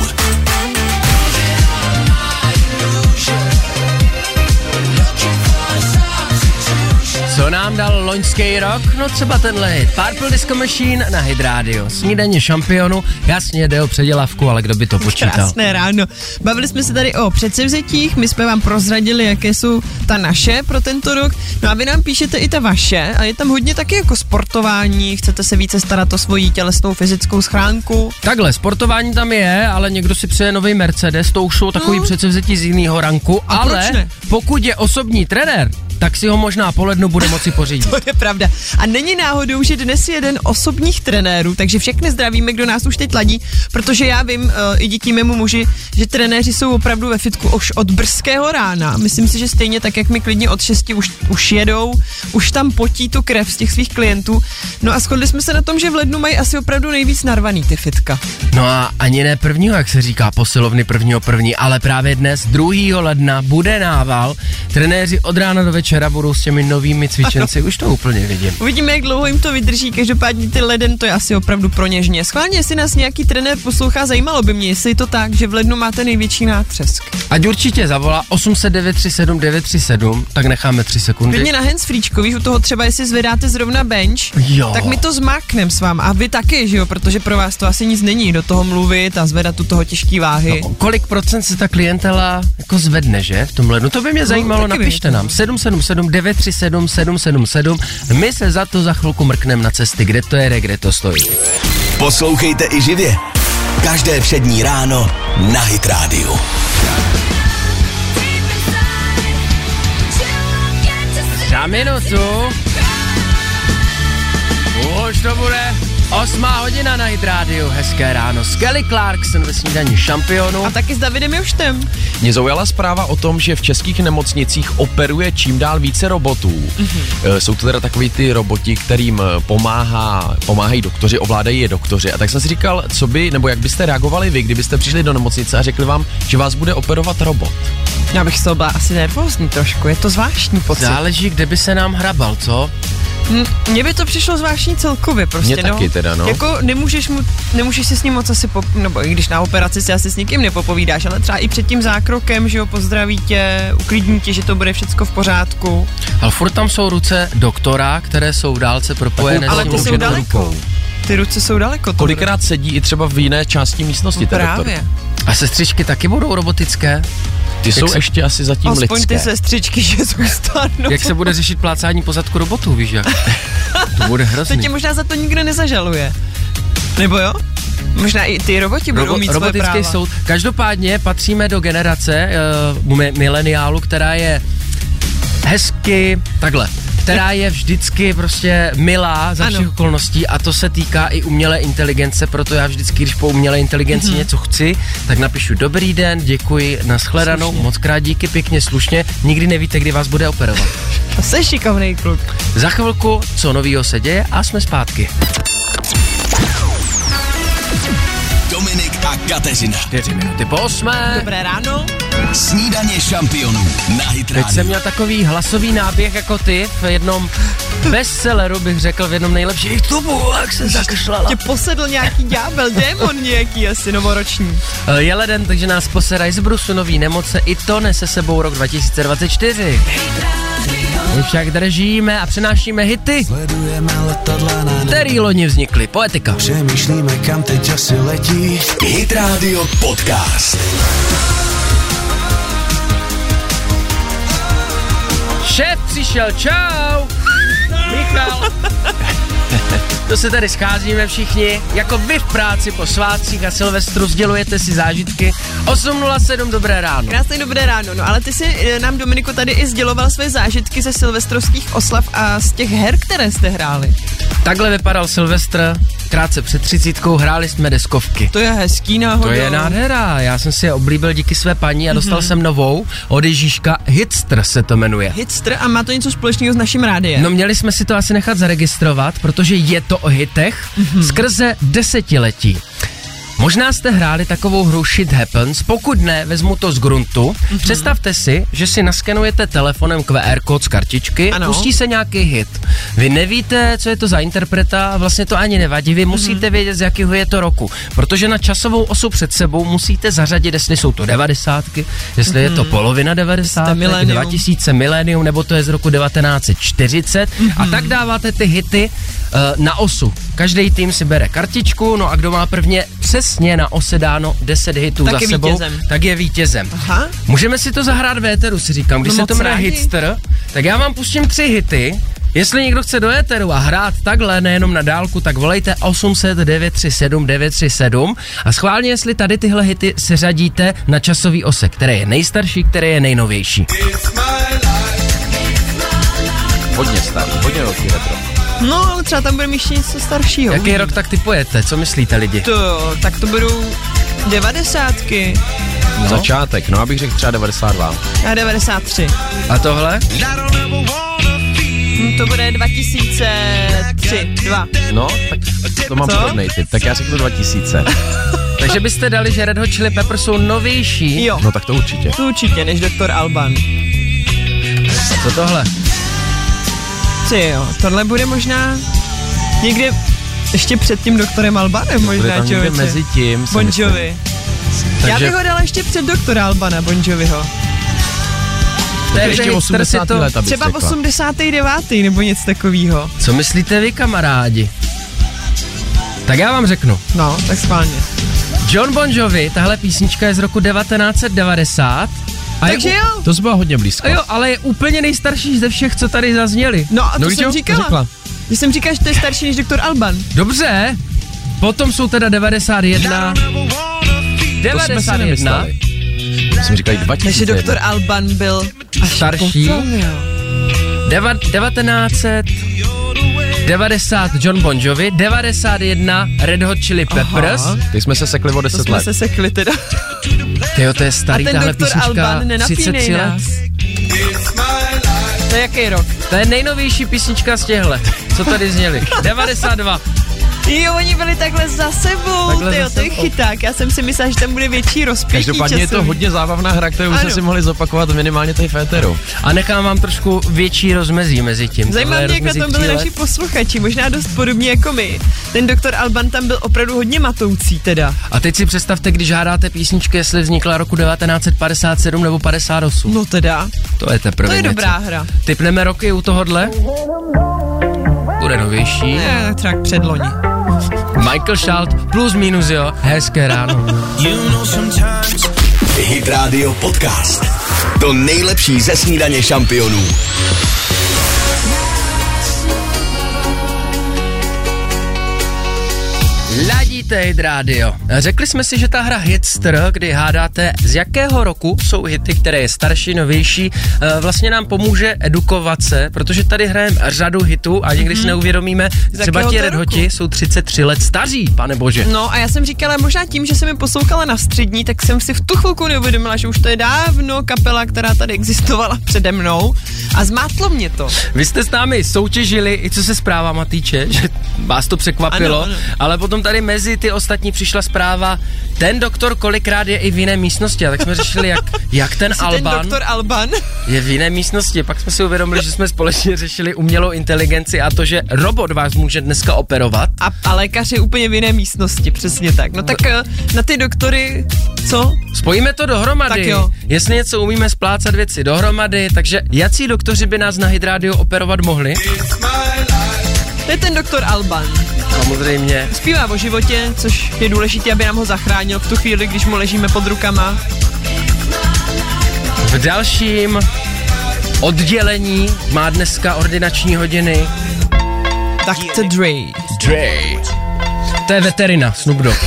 Speaker 2: Co nám nám dal loňský rok? No třeba tenhle hit. Purple Disco Machine na Hit Radio. Snídaně šampionu, jasně jde o předělavku, ale kdo by to počítal?
Speaker 3: Krásné ráno. Bavili jsme se tady o předsevzetích, my jsme vám prozradili, jaké jsou ta naše pro tento rok. No a vy nám píšete i ta vaše a je tam hodně taky jako sportování, chcete se více starat o svoji tělesnou fyzickou schránku.
Speaker 2: Takhle, sportování tam je, ale někdo si přeje nový Mercedes, to už jsou takový
Speaker 3: No.
Speaker 2: předsevzetí z jiného ranku,
Speaker 3: A proč
Speaker 2: ale
Speaker 3: ne?
Speaker 2: pokud je osobní trenér, tak si ho možná po lednu bude moci pořídit.
Speaker 3: To je pravda. A není náhodou, že dnes je jeden osobních trenérů, takže všechny zdravíme, kdo nás už teď ladí, protože já vím uh, i díky mému muži, že trenéři jsou opravdu ve fitku už od brzkého rána. Myslím si, že stejně tak, jak my klidně od 6 už, už jedou, už tam potí tu krev z těch svých klientů. No a shodli jsme se na tom, že v lednu mají asi opravdu nejvíc narvaný ty fitka.
Speaker 2: No a ani ne prvního, jak se říká, posilovny prvního první, ale právě dnes, 2. ledna, bude nával. Trenéři od rána do večera budou s těmi novými cvičenci, už to úplně vidím.
Speaker 3: Uvidíme, jak dlouho jim to vydrží, každopádně ty leden to je asi opravdu pro něžně. Schválně, jestli nás nějaký trenér poslouchá, zajímalo by mě, jestli je to tak, že v lednu máte největší nátřesk.
Speaker 2: Ať určitě zavolá 80937 937, tak necháme 3
Speaker 3: Klidně
Speaker 2: sekundy.
Speaker 3: na handsfreečko, víš, u toho třeba, jestli zvedáte zrovna bench,
Speaker 2: Jo.
Speaker 3: tak my to zmáknem s vám. A vy taky, že jo, protože pro vás to asi nic není, do toho mluvit a zvedat u toho těžký váhy.
Speaker 2: O Kolik procent se ta klientela jako zvedne, že? V tomhle. No to by mě zajímalo,
Speaker 3: taky
Speaker 2: napište
Speaker 3: vím.
Speaker 2: nám. 777 937 777. My se za to za chvilku mrkneme na cesty, kde to jede, kde to stojí.
Speaker 1: Poslouchejte i živě. Každé přední ráno na Hit Radio.
Speaker 2: Za minutu. Už to bude. Osmá hodina na Hit Radio. Hezké ráno. Skelly Clarkson ve snídaní šampionu.
Speaker 3: A taky s Davidem Joštem.
Speaker 5: Mě zaujala zpráva o tom, že v českých nemocnicích operuje čím dál více robotů.
Speaker 2: Mhm.
Speaker 5: Mm-hmm. Jsou to teda takový ty roboti, kterým eh, pomáhá, pomáhají doktoři, ovládají je doktoři. A tak jsem si říkal, co by, nebo jak byste reagovali vy, kdybyste přišli do nemocnice a řekli vám, že vás bude operovat robot.
Speaker 3: Já bych z toho byla asi nervózní trošku, je to zvláštní pocit.
Speaker 2: Záleží, kde by se nám hrabal, co?
Speaker 3: M- Mně by to přišlo zvláštní celkově prostě,
Speaker 5: Mně
Speaker 3: no.
Speaker 5: taky teda, no.
Speaker 3: Jako nemůžeš, mu, nemůžeš si s ním moc asi, pop, nebo i když na operaci si asi s nikým nepopovídáš, ale třeba i před tím zákrokem, že jo, pozdraví tě, uklidní tě, že to bude všecko v pořádku.
Speaker 2: Ale furt tam jsou ruce doktora, které jsou v dálce propojené
Speaker 3: ale
Speaker 2: s tím
Speaker 3: ty jsou
Speaker 2: rukou.
Speaker 3: daleko. Ty ruce jsou daleko. to
Speaker 5: Kolikrát sedí i třeba v jiné části místnosti
Speaker 3: bude-
Speaker 5: ten
Speaker 3: No Právě.
Speaker 5: doktor.
Speaker 2: A sestřičky taky budou robotické?
Speaker 5: Ty jsou
Speaker 2: se-
Speaker 5: ještě asi zatím
Speaker 3: Aspoň
Speaker 5: lidské.
Speaker 3: ty sestřičky, *laughs* že zůstanou.
Speaker 2: Jak se bude řešit plácání pozadku robotů, víš jak? To
Speaker 3: *laughs*
Speaker 2: bude
Speaker 3: To
Speaker 2: hrozný.
Speaker 3: tě možná za to nikdo nezažaluje. Nebo jo? Možná i ty roboti budou mít svoje
Speaker 2: robotický
Speaker 3: práva.
Speaker 2: soud. Každopádně patříme do generace uh, mileniálu, která je hezky, takhle, která je vždycky prostě milá za
Speaker 3: Ano.
Speaker 2: všech okolností a to se týká i umělé inteligence, proto já vždycky, když po umělé inteligenci
Speaker 3: Mhm.
Speaker 2: mm-hmm. něco chci, tak napíšu dobrý den, děkuji, nashledanou, moc krát díky, pěkně, slušně, nikdy nevíte, kdy vás bude operovat.
Speaker 3: Jsi šikovnej kluk.
Speaker 2: Za chvilku, co novýho se děje a jsme zpátky.
Speaker 1: Dominik a Kateřina.
Speaker 2: 4 minuty po 8.
Speaker 3: Dobré ráno.
Speaker 1: Snídaně šampionů na Hit
Speaker 2: Teď jsem
Speaker 1: Radio.
Speaker 2: měl takový hlasový náběh jako ty v jednom bestselleru bych řekl v jednom nejlepších tubu, jak se zakašlala.
Speaker 3: Tě posedl nějaký ďábel, démon nějaký asi novoroční.
Speaker 2: E, Je leden, takže nás poserají z brusu nový nemoce, i to nese sebou rok 2024. My však držíme a přenášíme hity,
Speaker 10: Sledujeme letadla na ne-
Speaker 2: který loni vznikly. Poetika.
Speaker 10: Přemýšlíme, kam teď asi letí.
Speaker 1: Hit Radio Podcast.
Speaker 2: 6 přišel, čau! Michal! To se tady scházíme všichni, jako vy v práci po svátcích a Silvestru sdělujete si zážitky. 8.07, dobré ráno.
Speaker 3: Krásné dobré ráno. No ale ty si eh, nám, Dominiku, tady i sděloval své zážitky ze silvestrovských oslav a z těch her, které jste hráli.
Speaker 2: Takhle vypadal Silvestr, krátce před třicítkou hráli jsme deskovky.
Speaker 3: To je hezký náhodou.
Speaker 2: To je nádhera, já jsem si je oblíbil díky své paní a dostal jsem novou od Ježíška, Hitster se to jmenuje.
Speaker 3: Hitster a má to něco společného s naším rádiem.
Speaker 2: No měli jsme si to asi nechat zaregistrovat, protože je to o hitech mm-hmm. skrze desetiletí. Možná jste hráli takovou hru Shit Happens, pokud ne, vezmu to z gruntu. Mm-hmm. Představte si, že si naskenujete telefonem QR kód z kartičky, ano.
Speaker 3: Ano.
Speaker 2: pustí se nějaký hit. Vy nevíte, co je to za interpreta, vlastně to ani nevadí, vy musíte vědět, z jakého je to roku, protože na časovou osu před sebou musíte zařadit, jestli jsou to devadesátky, jestli mm-hmm. je to polovina devadesátek,
Speaker 3: milénium.
Speaker 2: 2000 2000, milénium, nebo to je z roku 1940. Mm-hmm.
Speaker 3: Mhm.
Speaker 2: A tak dáváte ty hity uh, na osu. Každý tým si bere kartičku, no a kdo má prvně přesně na ose dáno 10 hitů
Speaker 3: Tak
Speaker 2: za
Speaker 3: je
Speaker 2: sebou,
Speaker 3: vítězem.
Speaker 2: tak je vítězem.
Speaker 3: Aha.
Speaker 2: Můžeme si to zahrát v éteru, si říkám. Když
Speaker 3: No
Speaker 2: se
Speaker 3: moc
Speaker 2: to jmenuje
Speaker 3: rádi.
Speaker 2: Hitster, tak já vám pustím tři hity. Jestli někdo chce do éteru a hrát takhle, nejenom na dálku, tak volejte 800 937 937 a schválně, jestli tady tyhle hity seřadíte na časový ose, které je nejstarší, které je nejnovější.
Speaker 5: Hodně starý, hodně velký retro.
Speaker 3: No, ale třeba tam budeme ještě něco staršího.
Speaker 2: Jaký rok tak typujete? Co myslíte lidi?
Speaker 3: To, tak to budou devadesátky
Speaker 5: No. Začátek, no abych řekl třeba 92.
Speaker 3: a 93.
Speaker 2: A tohle?
Speaker 3: Hm, To bude 2003, 2.
Speaker 5: No, tak to mám
Speaker 3: Co?
Speaker 5: podobnej typ, tak já řeknu 2000.
Speaker 2: Takže byste dali, že Red Hot Chili Peppers jsou novější?
Speaker 3: Jo,
Speaker 5: No tak to určitě.
Speaker 3: to určitě, než doktor Alban.
Speaker 2: Co tohle?
Speaker 3: Ty jo, tohle bude možná někde ještě před tím doktorem Albanem
Speaker 5: Bude
Speaker 3: možná,
Speaker 5: tam někde
Speaker 3: člověče.
Speaker 5: mezi tím. si
Speaker 3: Bon
Speaker 5: myslím.
Speaker 3: Jovi. Já bych ho dala ještě před doktora Albana Bon Joviho.
Speaker 2: To je
Speaker 5: ještě
Speaker 2: hipster,
Speaker 5: 80.
Speaker 2: si to-
Speaker 5: let, abych
Speaker 3: Třeba
Speaker 5: řekla.
Speaker 3: 89. nebo něco takového.
Speaker 2: Co myslíte vy, kamarádi? Tak já vám řeknu.
Speaker 3: No, tak schválně.
Speaker 2: John Bon Jovi, tahle písnička je z roku 1990. A je
Speaker 3: Takže
Speaker 2: u-
Speaker 3: jo.
Speaker 5: To jsi byla hodně blízko.
Speaker 2: A jo, ale je úplně nejstarší ze všech, co tady zazněli.
Speaker 3: No a to
Speaker 5: No, víš,
Speaker 3: jsem
Speaker 5: jo, to
Speaker 3: říkala.
Speaker 5: řekla.
Speaker 3: Že jsem říkala, že to je starší než doktor Alban.
Speaker 2: Dobře, potom jsou teda 91,
Speaker 5: To jsme si
Speaker 2: 91,
Speaker 5: nemysleli. Jsem říkal 2000.
Speaker 3: Takže doktor Alban byl až
Speaker 2: Starší.
Speaker 3: potom, jo.
Speaker 2: Deva, 1990 John Bon Jovi, 91 Red Hot Chili Peppers.
Speaker 3: Aha.
Speaker 5: Ty jsme se sekli o
Speaker 3: To
Speaker 5: 10
Speaker 3: jsme
Speaker 5: let.
Speaker 3: se sekli teda.
Speaker 2: Tyjo, to je starý,
Speaker 3: A ten
Speaker 2: tahle
Speaker 3: doktor
Speaker 2: písnička,
Speaker 3: Alban, nenapínej
Speaker 2: 33 let.
Speaker 3: nás. To je jaký rok?
Speaker 2: To je nejnovější písnička z těhle, co tady
Speaker 3: *laughs*
Speaker 2: zněli. 92.
Speaker 3: Jo, oni byli takhle za sebou,
Speaker 2: Takhle za
Speaker 3: takhle tyjo, to je
Speaker 2: sebou.
Speaker 3: chyták. Já jsem si myslela, že tam bude větší rozpětí
Speaker 5: Každopádně je to
Speaker 3: časový.
Speaker 5: hodně zábavná hra, kterou jsme
Speaker 3: Ano.
Speaker 5: si mohli zopakovat minimálně tady v éteru.
Speaker 2: A nechám vám trošku větší rozmezí mezi tím. Tohle
Speaker 3: Zajímá
Speaker 2: je
Speaker 3: mě, jak na
Speaker 2: rozmezí
Speaker 3: tom byli
Speaker 2: tří
Speaker 3: naši
Speaker 2: let.
Speaker 3: posluchači, možná dost podobně jako my. Ten doktor Alban tam byl opravdu hodně matoucí teda.
Speaker 2: A teď si představte, když hádáte písničky, jestli vznikla roku 1957 nebo 58.
Speaker 3: No teda,
Speaker 2: To je teprve
Speaker 3: to je
Speaker 2: něco.
Speaker 3: dobrá hra.
Speaker 2: Typneme roky u tohohle. Bude novější.
Speaker 3: Ne, tak třeba předloni.
Speaker 2: Michael Schalt, plus minus jo, hezké ráno.
Speaker 1: Hit Radio Podcast. To nejlepší ze snídaně šampionů.
Speaker 2: Ladíte Hit Radio. Řekli jsme si, že ta hra Hitster, kdy hádáte, z jakého roku jsou hity, které je starší, novější, eh, vlastně nám pomůže edukovat se, protože tady hrajeme řadu hitů a někdy si neuvědomíme, třeba
Speaker 3: Mhm. jakého
Speaker 2: ti
Speaker 3: to
Speaker 2: Red
Speaker 3: roku?
Speaker 2: Hoti jsou 33 let staří, pane bože.
Speaker 3: No a já jsem říkala, možná tím, že jsem mi poslouchala na střední, tak jsem si v tu chvilku neuvědomila, že už to je dávno kapela, která tady existovala přede mnou a zmátlo mě to.
Speaker 2: Vy jste s námi soutěžili, i co se zprávama týče, *laughs* že vás to překvapilo, ano,
Speaker 3: Ano,
Speaker 2: ano.
Speaker 3: ano.
Speaker 2: ale potom tady mezi ty ostatní přišla zpráva, ten doktor kolikrát je i v jiné místnosti, a tak jsme řešili, jak, jak ten Alban...
Speaker 3: Ten doktor Alban.
Speaker 2: je v jiné místnosti. Pak jsme si uvědomili, že jsme společně řešili umělou inteligenci a to, že robot vás může dneska operovat.
Speaker 3: A, a lékař je úplně v jiné místnosti, přesně tak. No tak eh, na ty doktory, co?
Speaker 2: Spojíme to dohromady.
Speaker 3: Tak jo.
Speaker 2: Jestli něco umíme splácat věci dohromady, takže jací doktoři by nás na Hydrádio operovat mohli?
Speaker 3: To je ten doktor Alban.
Speaker 2: Samozřejmě.
Speaker 3: Zpívá o životě, což je důležité, aby nám ho zachránil v tu chvíli, když mu ležíme pod rukama.
Speaker 2: V dalším oddělení má dneska ordinační hodiny.
Speaker 3: Tak to Dre.
Speaker 2: Dre. To je veterina, Snoop Dogg.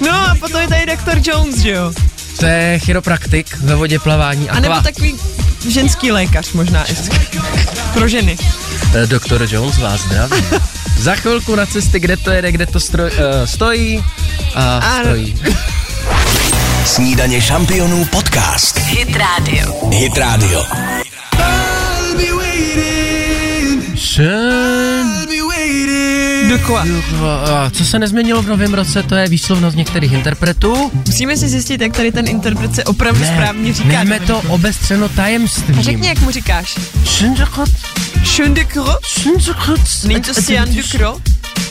Speaker 3: No a potom je tady doktor Jones, že jo?
Speaker 2: To je chiropraktik ve vodě plavání.
Speaker 3: A nebo
Speaker 2: Aqua.
Speaker 3: takový ženský lékař možná ještě. Pro ženy.
Speaker 2: Eh, Doktor Jones vás
Speaker 3: *laughs*
Speaker 2: zdraví. Za chvilku na cesty, kde to jede, kde to stroj, uh, stojí a
Speaker 3: Ano.
Speaker 2: stojí.
Speaker 1: Snídaně šampionů podcast. Hit Radio. Hit Radio.
Speaker 3: Do Kua.
Speaker 2: Co se nezměnilo v novém roce, to je výslovnost některých interpretů.
Speaker 3: Musíme si zjistit, jak tady ten interpret se opravdu
Speaker 2: Ne,
Speaker 3: správně říká.
Speaker 2: Nejme
Speaker 3: Dominiku.
Speaker 2: to obestřeno tajemstvím.
Speaker 3: A řekni, jak mu říkáš.
Speaker 2: Šundokot,
Speaker 3: Šundekro?
Speaker 2: šundokot.
Speaker 3: Není to Siandukro?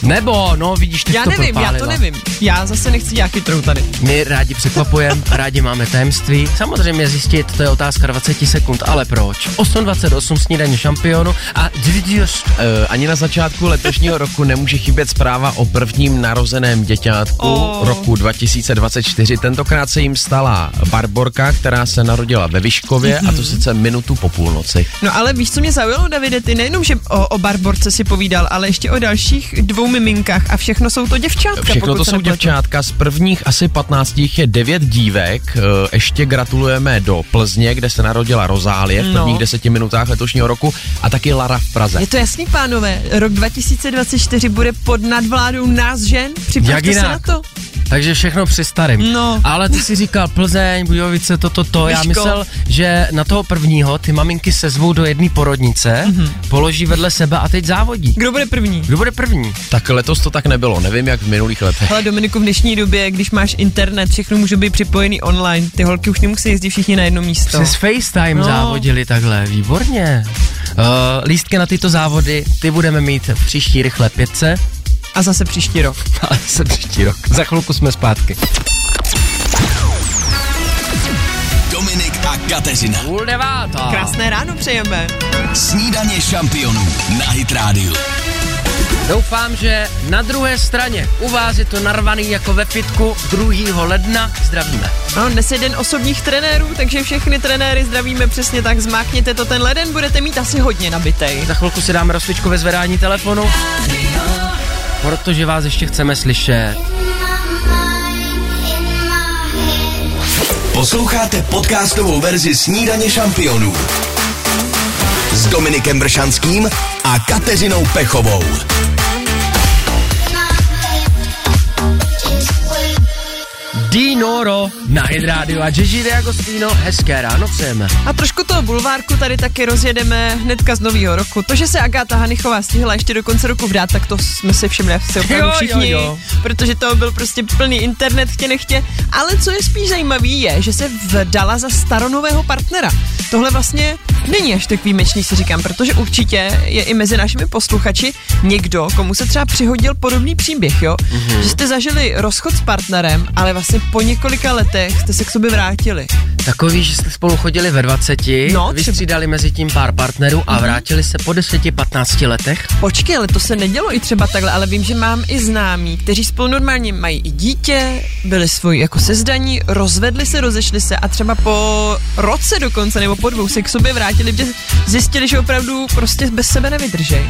Speaker 2: Nebo, no vidíš, ty
Speaker 3: Já
Speaker 2: to
Speaker 3: nevím, já to
Speaker 2: propálila.
Speaker 3: nevím. Já zase nechci nějaký trou tady.
Speaker 2: My rádi
Speaker 3: *laughs*
Speaker 2: překvapujeme, rádi máme tajemství. Samozřejmě zjistit, to je otázka 20 sekund, ale proč? 8.28 snídaně šampionu a dvidius.
Speaker 5: Eh, ani na začátku letošního roku nemůže chybět zpráva o prvním narozeném děťátku
Speaker 3: Oh.
Speaker 5: oh. roku 2024. Tentokrát se jim stala Barborka, která se narodila ve Vyškově
Speaker 3: Mhm.
Speaker 5: mm-hmm. a to sice minutu po půlnoci.
Speaker 3: No ale víš, co mě zaujalo, Davide, ty nejenom, že o, o Barborce si povídal, ale ještě o dalších dvou miminkách a všechno jsou to děvčátka.
Speaker 5: Všechno
Speaker 3: pokud
Speaker 5: to
Speaker 3: se
Speaker 5: jsou
Speaker 3: nepletu.
Speaker 5: děvčátka, z prvních asi 15 jich je 9 dívek, Eh, ještě gratulujeme do Plzně, kde se narodila Rozálie v
Speaker 3: No.
Speaker 5: prvních deseti minutách letošního roku a taky Lara v Praze.
Speaker 3: Je to jasný, pánové, rok 2024 bude pod nadvládou nás žen,
Speaker 2: Jak
Speaker 3: připravte se na
Speaker 2: jinak?
Speaker 3: to.
Speaker 2: Takže všechno při starým.
Speaker 3: No.
Speaker 2: Ale ty si říkal Plzeň, Budějovice, toto, to. to. Já
Speaker 3: Vyškov.
Speaker 2: myslel, že na toho prvního ty maminky se zvou do jedné porodnice,
Speaker 5: Mhm.
Speaker 2: mm-hmm. položí vedle sebe a teď závodí.
Speaker 3: Kdo bude první?
Speaker 2: Kdo bude první?
Speaker 5: Tak letos to tak nebylo, nevím jak v minulých letech.
Speaker 3: Ale Dominiku, v dnešní době, když máš internet, všechno může být připojený online. Ty holky už nemusí jezdit všichni na jedno místo.
Speaker 2: Přes FaceTime
Speaker 3: No.
Speaker 2: no. závodili takhle, výborně. Uh, lístky na tyto závody, ty budeme mít v příští rychle pětce.
Speaker 3: A zase příští rok.
Speaker 2: *laughs* Ale se příští rok. Za chvilku jsme zpátky.
Speaker 1: Dominik a Kateřina.
Speaker 2: Půl devátá.
Speaker 3: Krásné ráno přejeme.
Speaker 1: Snídaně šampionů na Hit Radio.
Speaker 2: Doufám, že na druhé straně u vás je to narvaný jako ve fitku 2. ledna. Zdravíme.
Speaker 3: Ano, No, dnes je den osobních trenérů, takže všechny trenéry zdravíme přesně tak. Zmákněte to ten leden, budete mít asi hodně nabitej.
Speaker 2: Za chvilku si dáme rozcvičku ve zvedání telefonu. Protože vás ještě chceme slyšet.
Speaker 1: Posloucháte podcastovou verzi Snídaně šampionů s Dominikem Bršanským a Kateřinou Pechovou.
Speaker 2: Dinoro na Hit Radio a Gigi D'Agostino. Hezké ráno přejeme.
Speaker 3: A trošku toho bulvárku tady taky rozjedeme hnedka z nového roku. To, že se Agáta Hanichová stihla ještě do konce roku vdát, tak to jsme si všimli asi
Speaker 2: Jo,
Speaker 3: opravdu
Speaker 2: jo,
Speaker 3: všichni, jo, jo.
Speaker 2: jo.
Speaker 3: protože to byl prostě plný internet, chtě nechtě. Ale co je spíš zajímavý je, že se vdala za staronového partnera. Tohle vlastně není až tak výjimečný, si říkám, protože určitě je i mezi našimi posluchači někdo, komu se třeba přihodil podobný příběh, jo?
Speaker 2: Mhm.
Speaker 3: Mm-hmm. Že jste zažili rozchod s partnerem, ale vlastně po několika letech jste se k sobě vrátili.
Speaker 2: Takový, že jste spolu chodili ve 20,
Speaker 3: No,
Speaker 2: no,
Speaker 3: třeba. Mhm.
Speaker 2: vystřídali mezi tím pár partnerů a vrátili se po 10-15 letech.
Speaker 3: Počkej, ale to se nedělo i třeba takhle, ale vím, že mám i známí, kteří spolu normálně mají i dítě, byli svoji jako sezdaní, rozvedli se, rozešli se a třeba po roce dokonce nebo po dvou se k sobě vrátili, protože zjistili, že opravdu prostě bez sebe nevydržej.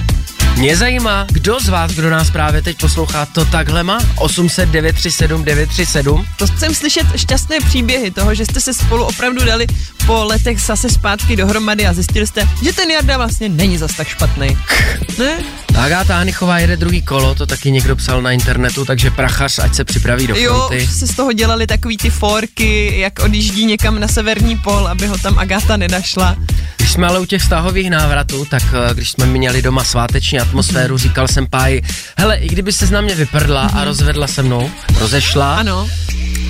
Speaker 2: Mě zajímá, kdo z vás, kdo nás právě teď poslouchá, to takhle má? 800 937 937.
Speaker 3: To chcem slyšet šťastné příběhy toho, že jste se spolu opravdu dali po letech zase zpátky dohromady a zjistili jste, že ten Jarda vlastně není zas tak špatný. Ne?
Speaker 2: Agáta Hanichová jede druhý kolo, to taky někdo psal na internetu, takže prachař, ať se připraví do
Speaker 3: Jo,
Speaker 2: fronty.
Speaker 3: už se z toho dělali takový ty forky, jak odjíždí někam na severní pol, aby ho tam Agáta nenašla.
Speaker 2: Když jsme ale u těch vztahových návratů, tak eh, když jsme měli doma sváteční atmosféru,
Speaker 3: Mhm.
Speaker 2: říkal jsem páji, hele, i kdyby se na mě vyprdla a rozvedla se mnou, rozešla,
Speaker 3: Ano.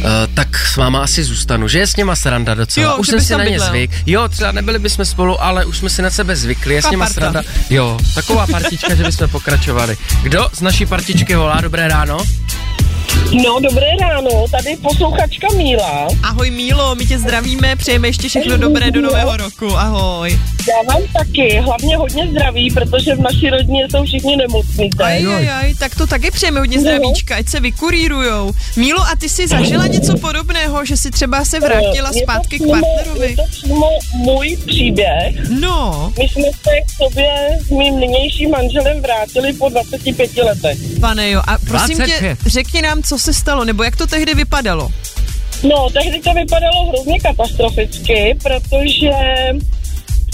Speaker 2: Eh, tak s váma asi zůstanu, že je s něma sranda docela.
Speaker 3: Jo,
Speaker 2: už
Speaker 3: že
Speaker 2: jsem
Speaker 3: bys
Speaker 2: si
Speaker 3: tam
Speaker 2: na ně
Speaker 3: bydlel.
Speaker 2: zvyk. Jo, třeba nebyli bychom spolu, ale už jsme si na sebe zvykli, je s
Speaker 3: Taková
Speaker 2: něma
Speaker 3: parta.
Speaker 2: sranda. Jo, taková partička, že bychom pokračovali. Kdo z naší partičky volá? Dobré ráno.
Speaker 8: No, dobré ráno, tady posluchačka Míla.
Speaker 3: Ahoj Mílo, my tě zdravíme, přejeme ještě všechno dobré do nového roku, ahoj.
Speaker 8: Já vám taky, hlavně hodně zdraví, protože v naší rodině jsou všichni nemocní.
Speaker 3: Aj, aj, aj, tak to taky přejeme hodně zdravíčka, ať se vykurírujou. Mílo, a ty jsi zažila něco podobného, že si třeba se vrátila
Speaker 8: Je to
Speaker 3: zpátky k
Speaker 8: přímo- Je
Speaker 3: partnerovi?
Speaker 8: to přímo můj příběh.
Speaker 3: No,
Speaker 8: My jsme se k sobě s mým nynějším manželem vrátili po 25 letech.
Speaker 3: pane jo, a prosím tě,
Speaker 2: 25.
Speaker 3: řekni nám, co se stalo, nebo jak to tehdy vypadalo?
Speaker 8: No, tehdy to vypadalo hrozně katastroficky, protože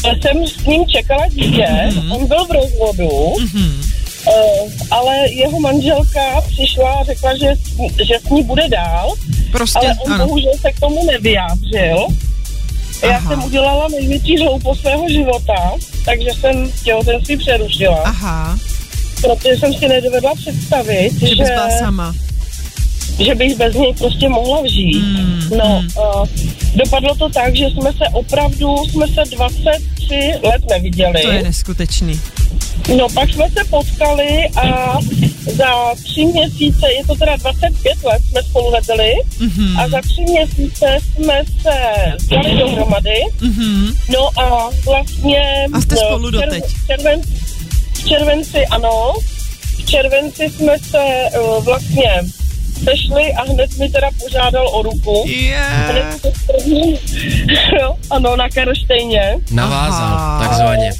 Speaker 8: eh, jsem s ním čekala dítě, mm-hmm. on byl v rozvodu, mm-hmm. ale jeho manželka přišla a řekla, že, s ní- že s ní bude dál,
Speaker 3: Prostě,
Speaker 8: ale on ano.
Speaker 3: ano.
Speaker 8: bohužel se k tomu nevyjádřil. Já
Speaker 3: Aha.
Speaker 8: jsem udělala největší hloupost svého života, takže jsem těhotenství přerušila.
Speaker 3: Aha,
Speaker 8: protože jsem si nedovedla představit, že,
Speaker 3: že bys byla sama.
Speaker 8: že bych bez něj prostě mohla žít.
Speaker 3: Hmm,
Speaker 8: Mm, no, mm. Uh, dopadlo to tak, že jsme se opravdu, jsme se 23 let neviděli.
Speaker 3: To je neskutečný.
Speaker 8: No pak jsme se potkali a za tři měsíce, je to teda 25 let, jsme spolu nebyli
Speaker 3: Mhm.
Speaker 8: a za tři měsíce jsme se dali dohromady.
Speaker 3: Mhm.
Speaker 8: No a vlastně...
Speaker 3: A jste
Speaker 8: no,
Speaker 3: spolu
Speaker 8: v červ-
Speaker 3: doteď?
Speaker 8: V, červen, v červenci ano, v červenci jsme se uh, vlastně sešli a hned mi teda požádal o ruku.
Speaker 3: Yeah.
Speaker 8: Hned před první- *laughs* jo, ano, na Karlštejně.
Speaker 2: Navázal,
Speaker 3: Aha.
Speaker 2: takzvaně.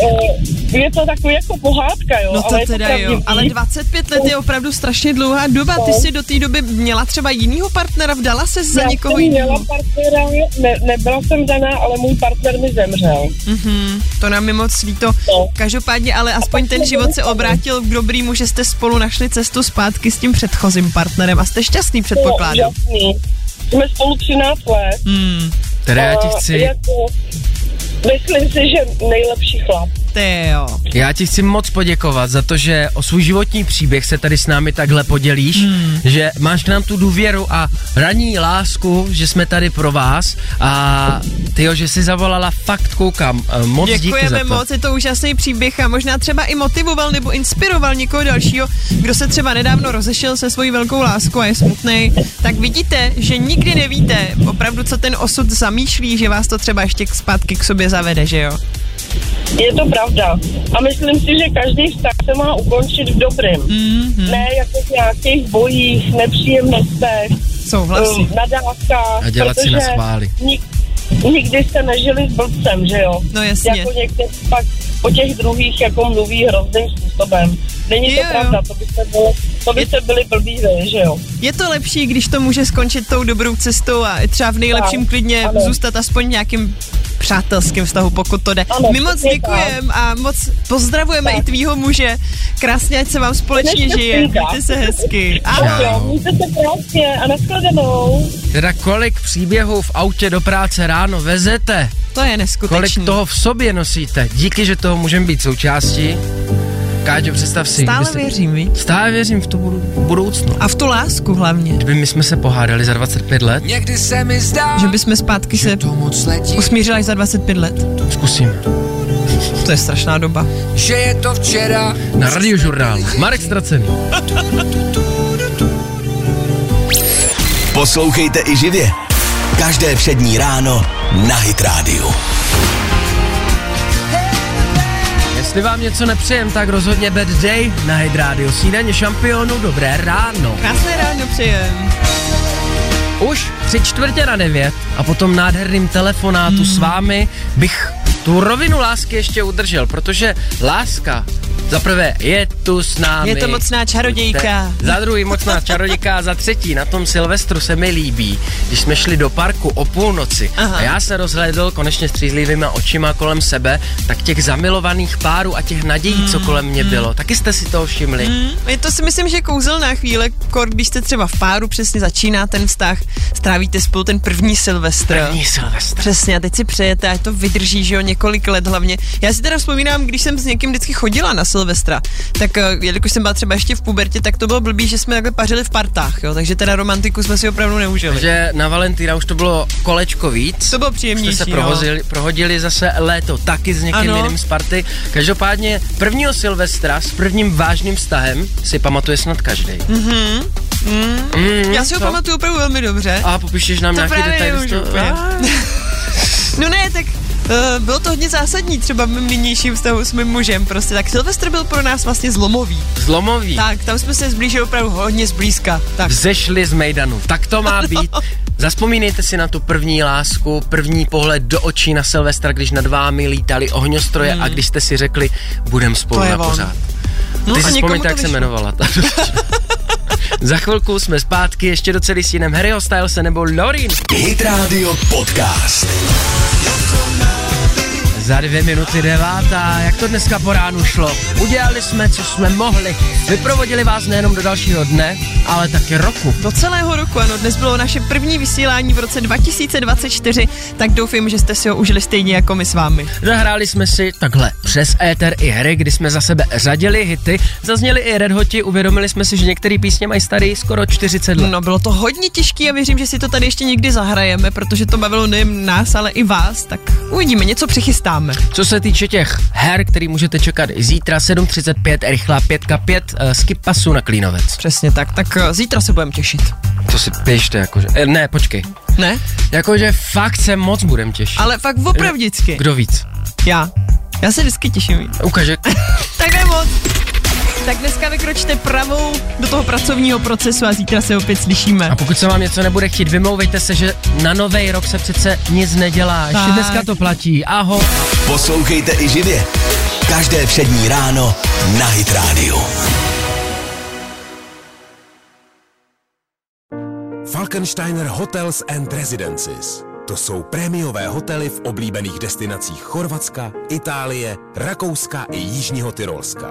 Speaker 8: Eh, je to takový jako pohádka, jo.
Speaker 3: No to
Speaker 8: ale je
Speaker 3: teda jo,
Speaker 8: pravdivý. No.
Speaker 3: ale 25 let je opravdu strašně dlouhá doba. Ty jsi do té doby měla třeba jinýho partnera, vdala se za
Speaker 8: Já
Speaker 3: někoho
Speaker 8: jsem měla
Speaker 3: jiného?
Speaker 8: partnera, ne, nebyla jsem daná, ale můj partner mi zemřel.
Speaker 3: Mhm, to nám je moc líto.
Speaker 8: No.
Speaker 3: Každopádně, ale aspoň ten život se obrátil k dobrýmu, že jste spolu našli cestu zpátky s tím předchozím partnerem a jste šťastný,
Speaker 8: No,
Speaker 3: předpokládám.
Speaker 8: úžasný. Jsme spolu 13 let.
Speaker 3: Hmm,
Speaker 2: Teda já ti
Speaker 8: A
Speaker 2: chci,
Speaker 8: Jako, myslím si, že nejlepší chlap.
Speaker 3: Teo.
Speaker 2: já ti chci moc poděkovat za to, že o svůj životní příběh se tady s námi takhle podělíš,
Speaker 3: Hmm.
Speaker 2: že máš k nám tu důvěru a raní lásku, že jsme tady pro vás a ty že jsi zavolala fakt koukám, eh, moc díky za
Speaker 3: Děkujeme
Speaker 2: to.
Speaker 3: moc, je to úžasný příběh a možná třeba i motivoval nebo inspiroval někoho dalšího, kdo se třeba nedávno rozešel se svojí velkou láskou a je smutný. Tak vidíte, že nikdy nevíte opravdu, co ten osud zamýšlí, že vás to třeba ještě k- zpátky k sobě zavede, že jo?
Speaker 8: Je to pravda. A myslím si, že každý vztah se má ukončit v dobrým.
Speaker 3: Mhm.
Speaker 8: Ne jako v nějakých bojích, nepříjemnostech,
Speaker 3: Souhlasím.
Speaker 8: eh, nadávkách.
Speaker 2: A dělat si
Speaker 8: protože
Speaker 2: naschvály.
Speaker 8: Nik, nikdy jste nežili s blbcem, že jo?
Speaker 3: No jasně.
Speaker 8: Jako někteří pak o těch druhých jako mluví hrozným způsobem. Není to
Speaker 3: Jo, jo.
Speaker 8: pravda, to byste byli, to byste byli blbí vy, že jo?
Speaker 3: Je to lepší, když to může skončit tou dobrou cestou a třeba v nejlepším
Speaker 8: Ano,
Speaker 3: klidně
Speaker 8: ano.
Speaker 3: zůstat aspoň v nějakým přátelským vztahu, pokud to jde.
Speaker 8: Ano,
Speaker 3: My moc
Speaker 8: přesně tak.
Speaker 3: děkujeme a moc pozdravujeme
Speaker 8: Tak.
Speaker 3: i tvýho muže. Krásně, ať se vám společně
Speaker 8: Dnešní
Speaker 3: žije.
Speaker 8: chvilka.
Speaker 3: Mějte se hezky. Ahoj.
Speaker 8: Tak jo, mějte se krásně a nashledanou.
Speaker 2: Teda kolik příběhů v autě do práce ráno vezete?
Speaker 3: To je neskutečný.
Speaker 2: Kolik toho v sobě nosíte? Díky, že toho můžeme být součástí. Káťo, představ si.
Speaker 3: Stále
Speaker 2: kdybyste-
Speaker 3: věřím, viď?
Speaker 2: Stále věřím v tu budu- budoucnu.
Speaker 3: A v tu lásku hlavně.
Speaker 2: Kdyby my jsme se pohádali za 25 let,
Speaker 9: Někdy se mi zdá,
Speaker 3: Že bychom zpátky se
Speaker 9: to moc letí,
Speaker 3: usmířili až za 25 let.
Speaker 2: zkusím.
Speaker 3: To je strašná doba.
Speaker 9: že je to včera.
Speaker 2: Na radiožurnál. Marek Stracený.
Speaker 1: Poslouchejte i živě. Každé přední ráno na Hit Radio.
Speaker 2: Jestli vám něco nepřejem, tak rozhodně bad day na Hit Radio. Snídaně šampionů, dobré ráno.
Speaker 3: Krásné ráno přejem.
Speaker 2: Už tři čtvrtě na devět a potom nádherným telefonátu
Speaker 3: Hmm.
Speaker 2: s vámi bych tu rovinu lásky ještě udržel, protože láska za prvé je tu s námi.
Speaker 3: Je to mocná čarodějka.
Speaker 2: Za druhý mocná čarodějka a za třetí na tom Silvestru se mi líbí, když jsme šli do parku o půlnoci
Speaker 3: Aha.
Speaker 2: a já se rozhlédl konečně střízlivýma očima kolem sebe, tak těch zamilovaných párů a těch nadějí,
Speaker 3: Hmm,
Speaker 2: co kolem mě bylo, taky jste si toho všimli.
Speaker 3: Mm, Je to si myslím, že kouzelná chvíle, kor, když jste třeba v páru, přesně začíná ten vztah, strávíte spolu ten první Silvestr.
Speaker 2: První Silvestr.
Speaker 3: Přesně, a teď si přejete, ať to vydrží, že jo, několik let hlavně. Já si teda vzpomínám, když jsem s někým vždycky chodila na Silvestra, tak eh, jelikož jsem byla třeba ještě v pubertě, tak to bylo blbý, že jsme takhle pařili v partách, jo, takže teda romantiku jsme si opravdu neužili.
Speaker 2: Že na Valentína už to bylo kolečko víc.
Speaker 3: To bylo
Speaker 2: Už jste
Speaker 3: příjemnější,
Speaker 2: se
Speaker 3: no.
Speaker 2: prohozili, prohodili zase léto taky s někým
Speaker 3: Ano.
Speaker 2: jiným z party. Každopádně prvního Silvestra s prvním vážným vztahem si pamatuje snad každý. Mm-hmm. Mm,
Speaker 3: Mhm. Já si ho
Speaker 2: co?
Speaker 3: pamatuju opravdu velmi dobře.
Speaker 2: A popíšeš nám
Speaker 3: To
Speaker 2: nějaký
Speaker 3: právě
Speaker 2: detaily z
Speaker 3: nemůžu
Speaker 2: toho? Ah,
Speaker 3: úplně.
Speaker 2: A,
Speaker 3: Ah. *laughs* No ne, tak eh, bylo to hodně zásadní, třeba v mém nynějším vztahu s mým mužem, prostě tak Silvestr byl pro nás vlastně zlomový.
Speaker 2: Zlomový.
Speaker 3: Tak, tam jsme se zblížili opravdu hodně zblízka. Tak.
Speaker 2: Vzešli z Mejdanu. Tak to má být. Zaspomínejte si na tu první lásku, první pohled do očí na Silvestra, když nad vámi lítali ohňostroje a když jste si řekli, budem spolu
Speaker 3: Hmm. To je
Speaker 2: na
Speaker 3: on.
Speaker 2: pořád.
Speaker 3: No
Speaker 2: Ty
Speaker 3: a
Speaker 2: si
Speaker 3: někomu
Speaker 2: vzpomeňte,
Speaker 3: to
Speaker 2: jak se
Speaker 3: vyšlo.
Speaker 2: jmenovala. ta dočina. *laughs* Za chvilku jsme zpátky ještě do celý s jinem Harryho Stylese nebo Lorin.
Speaker 1: Hit Radio Podcast.
Speaker 2: Za dvě minuty devátá, jak to dneska po ránu šlo. Udělali jsme, co jsme mohli. Vyprovodili vás nejenom do dalšího dne, ale taky roku.
Speaker 3: Do celého roku, ano, dnes bylo naše první vysílání v roce 2024, tak doufím, že jste si ho užili stejně jako my s vámi.
Speaker 2: Zahráli jsme si takhle přes éter i hry, kdy jsme za sebe řadili hity, zazněli i Red Hoti, uvědomili jsme si, že některé písně mají starý skoro 40 let.
Speaker 3: No, bylo to hodně těžký a věřím, že si to tady ještě někdy zahrajeme, protože to bavilo nejen nás, ale i vás, tak uvidíme, něco přichystáme.
Speaker 2: Co se týče těch her, který můžete čekat zítra 7.35, rychlá 5K5, uh, skip pasu na Klínovec.
Speaker 3: Přesně tak, tak eh, zítra se budeme těšit.
Speaker 2: To si běžte, jakože. E, ne, počkej.
Speaker 3: Ne?
Speaker 2: Jakože fakt se moc budem těšit.
Speaker 3: Ale fakt opravdicky.
Speaker 2: Kdo víc?
Speaker 3: Já. Já se vždycky těším.
Speaker 2: Ukaže.
Speaker 3: Tak nemoc. Tak dneska vykročte pravou do toho pracovního procesu a zítra se opět slyšíme.
Speaker 2: A pokud se vám něco nebude chtít, vymlouvejte se, že na nový rok se přece nic nedělá. Ještě
Speaker 3: Tak.
Speaker 2: dneska to platí. Ahoj.
Speaker 1: Poslouchejte i živě. Každé přední ráno na Hit Radio.
Speaker 6: Falkensteiner Hotels and Residences. To jsou prémiové hotely v oblíbených destinacích Chorvatska, Itálie, Rakouska i Jižního Tyrolska.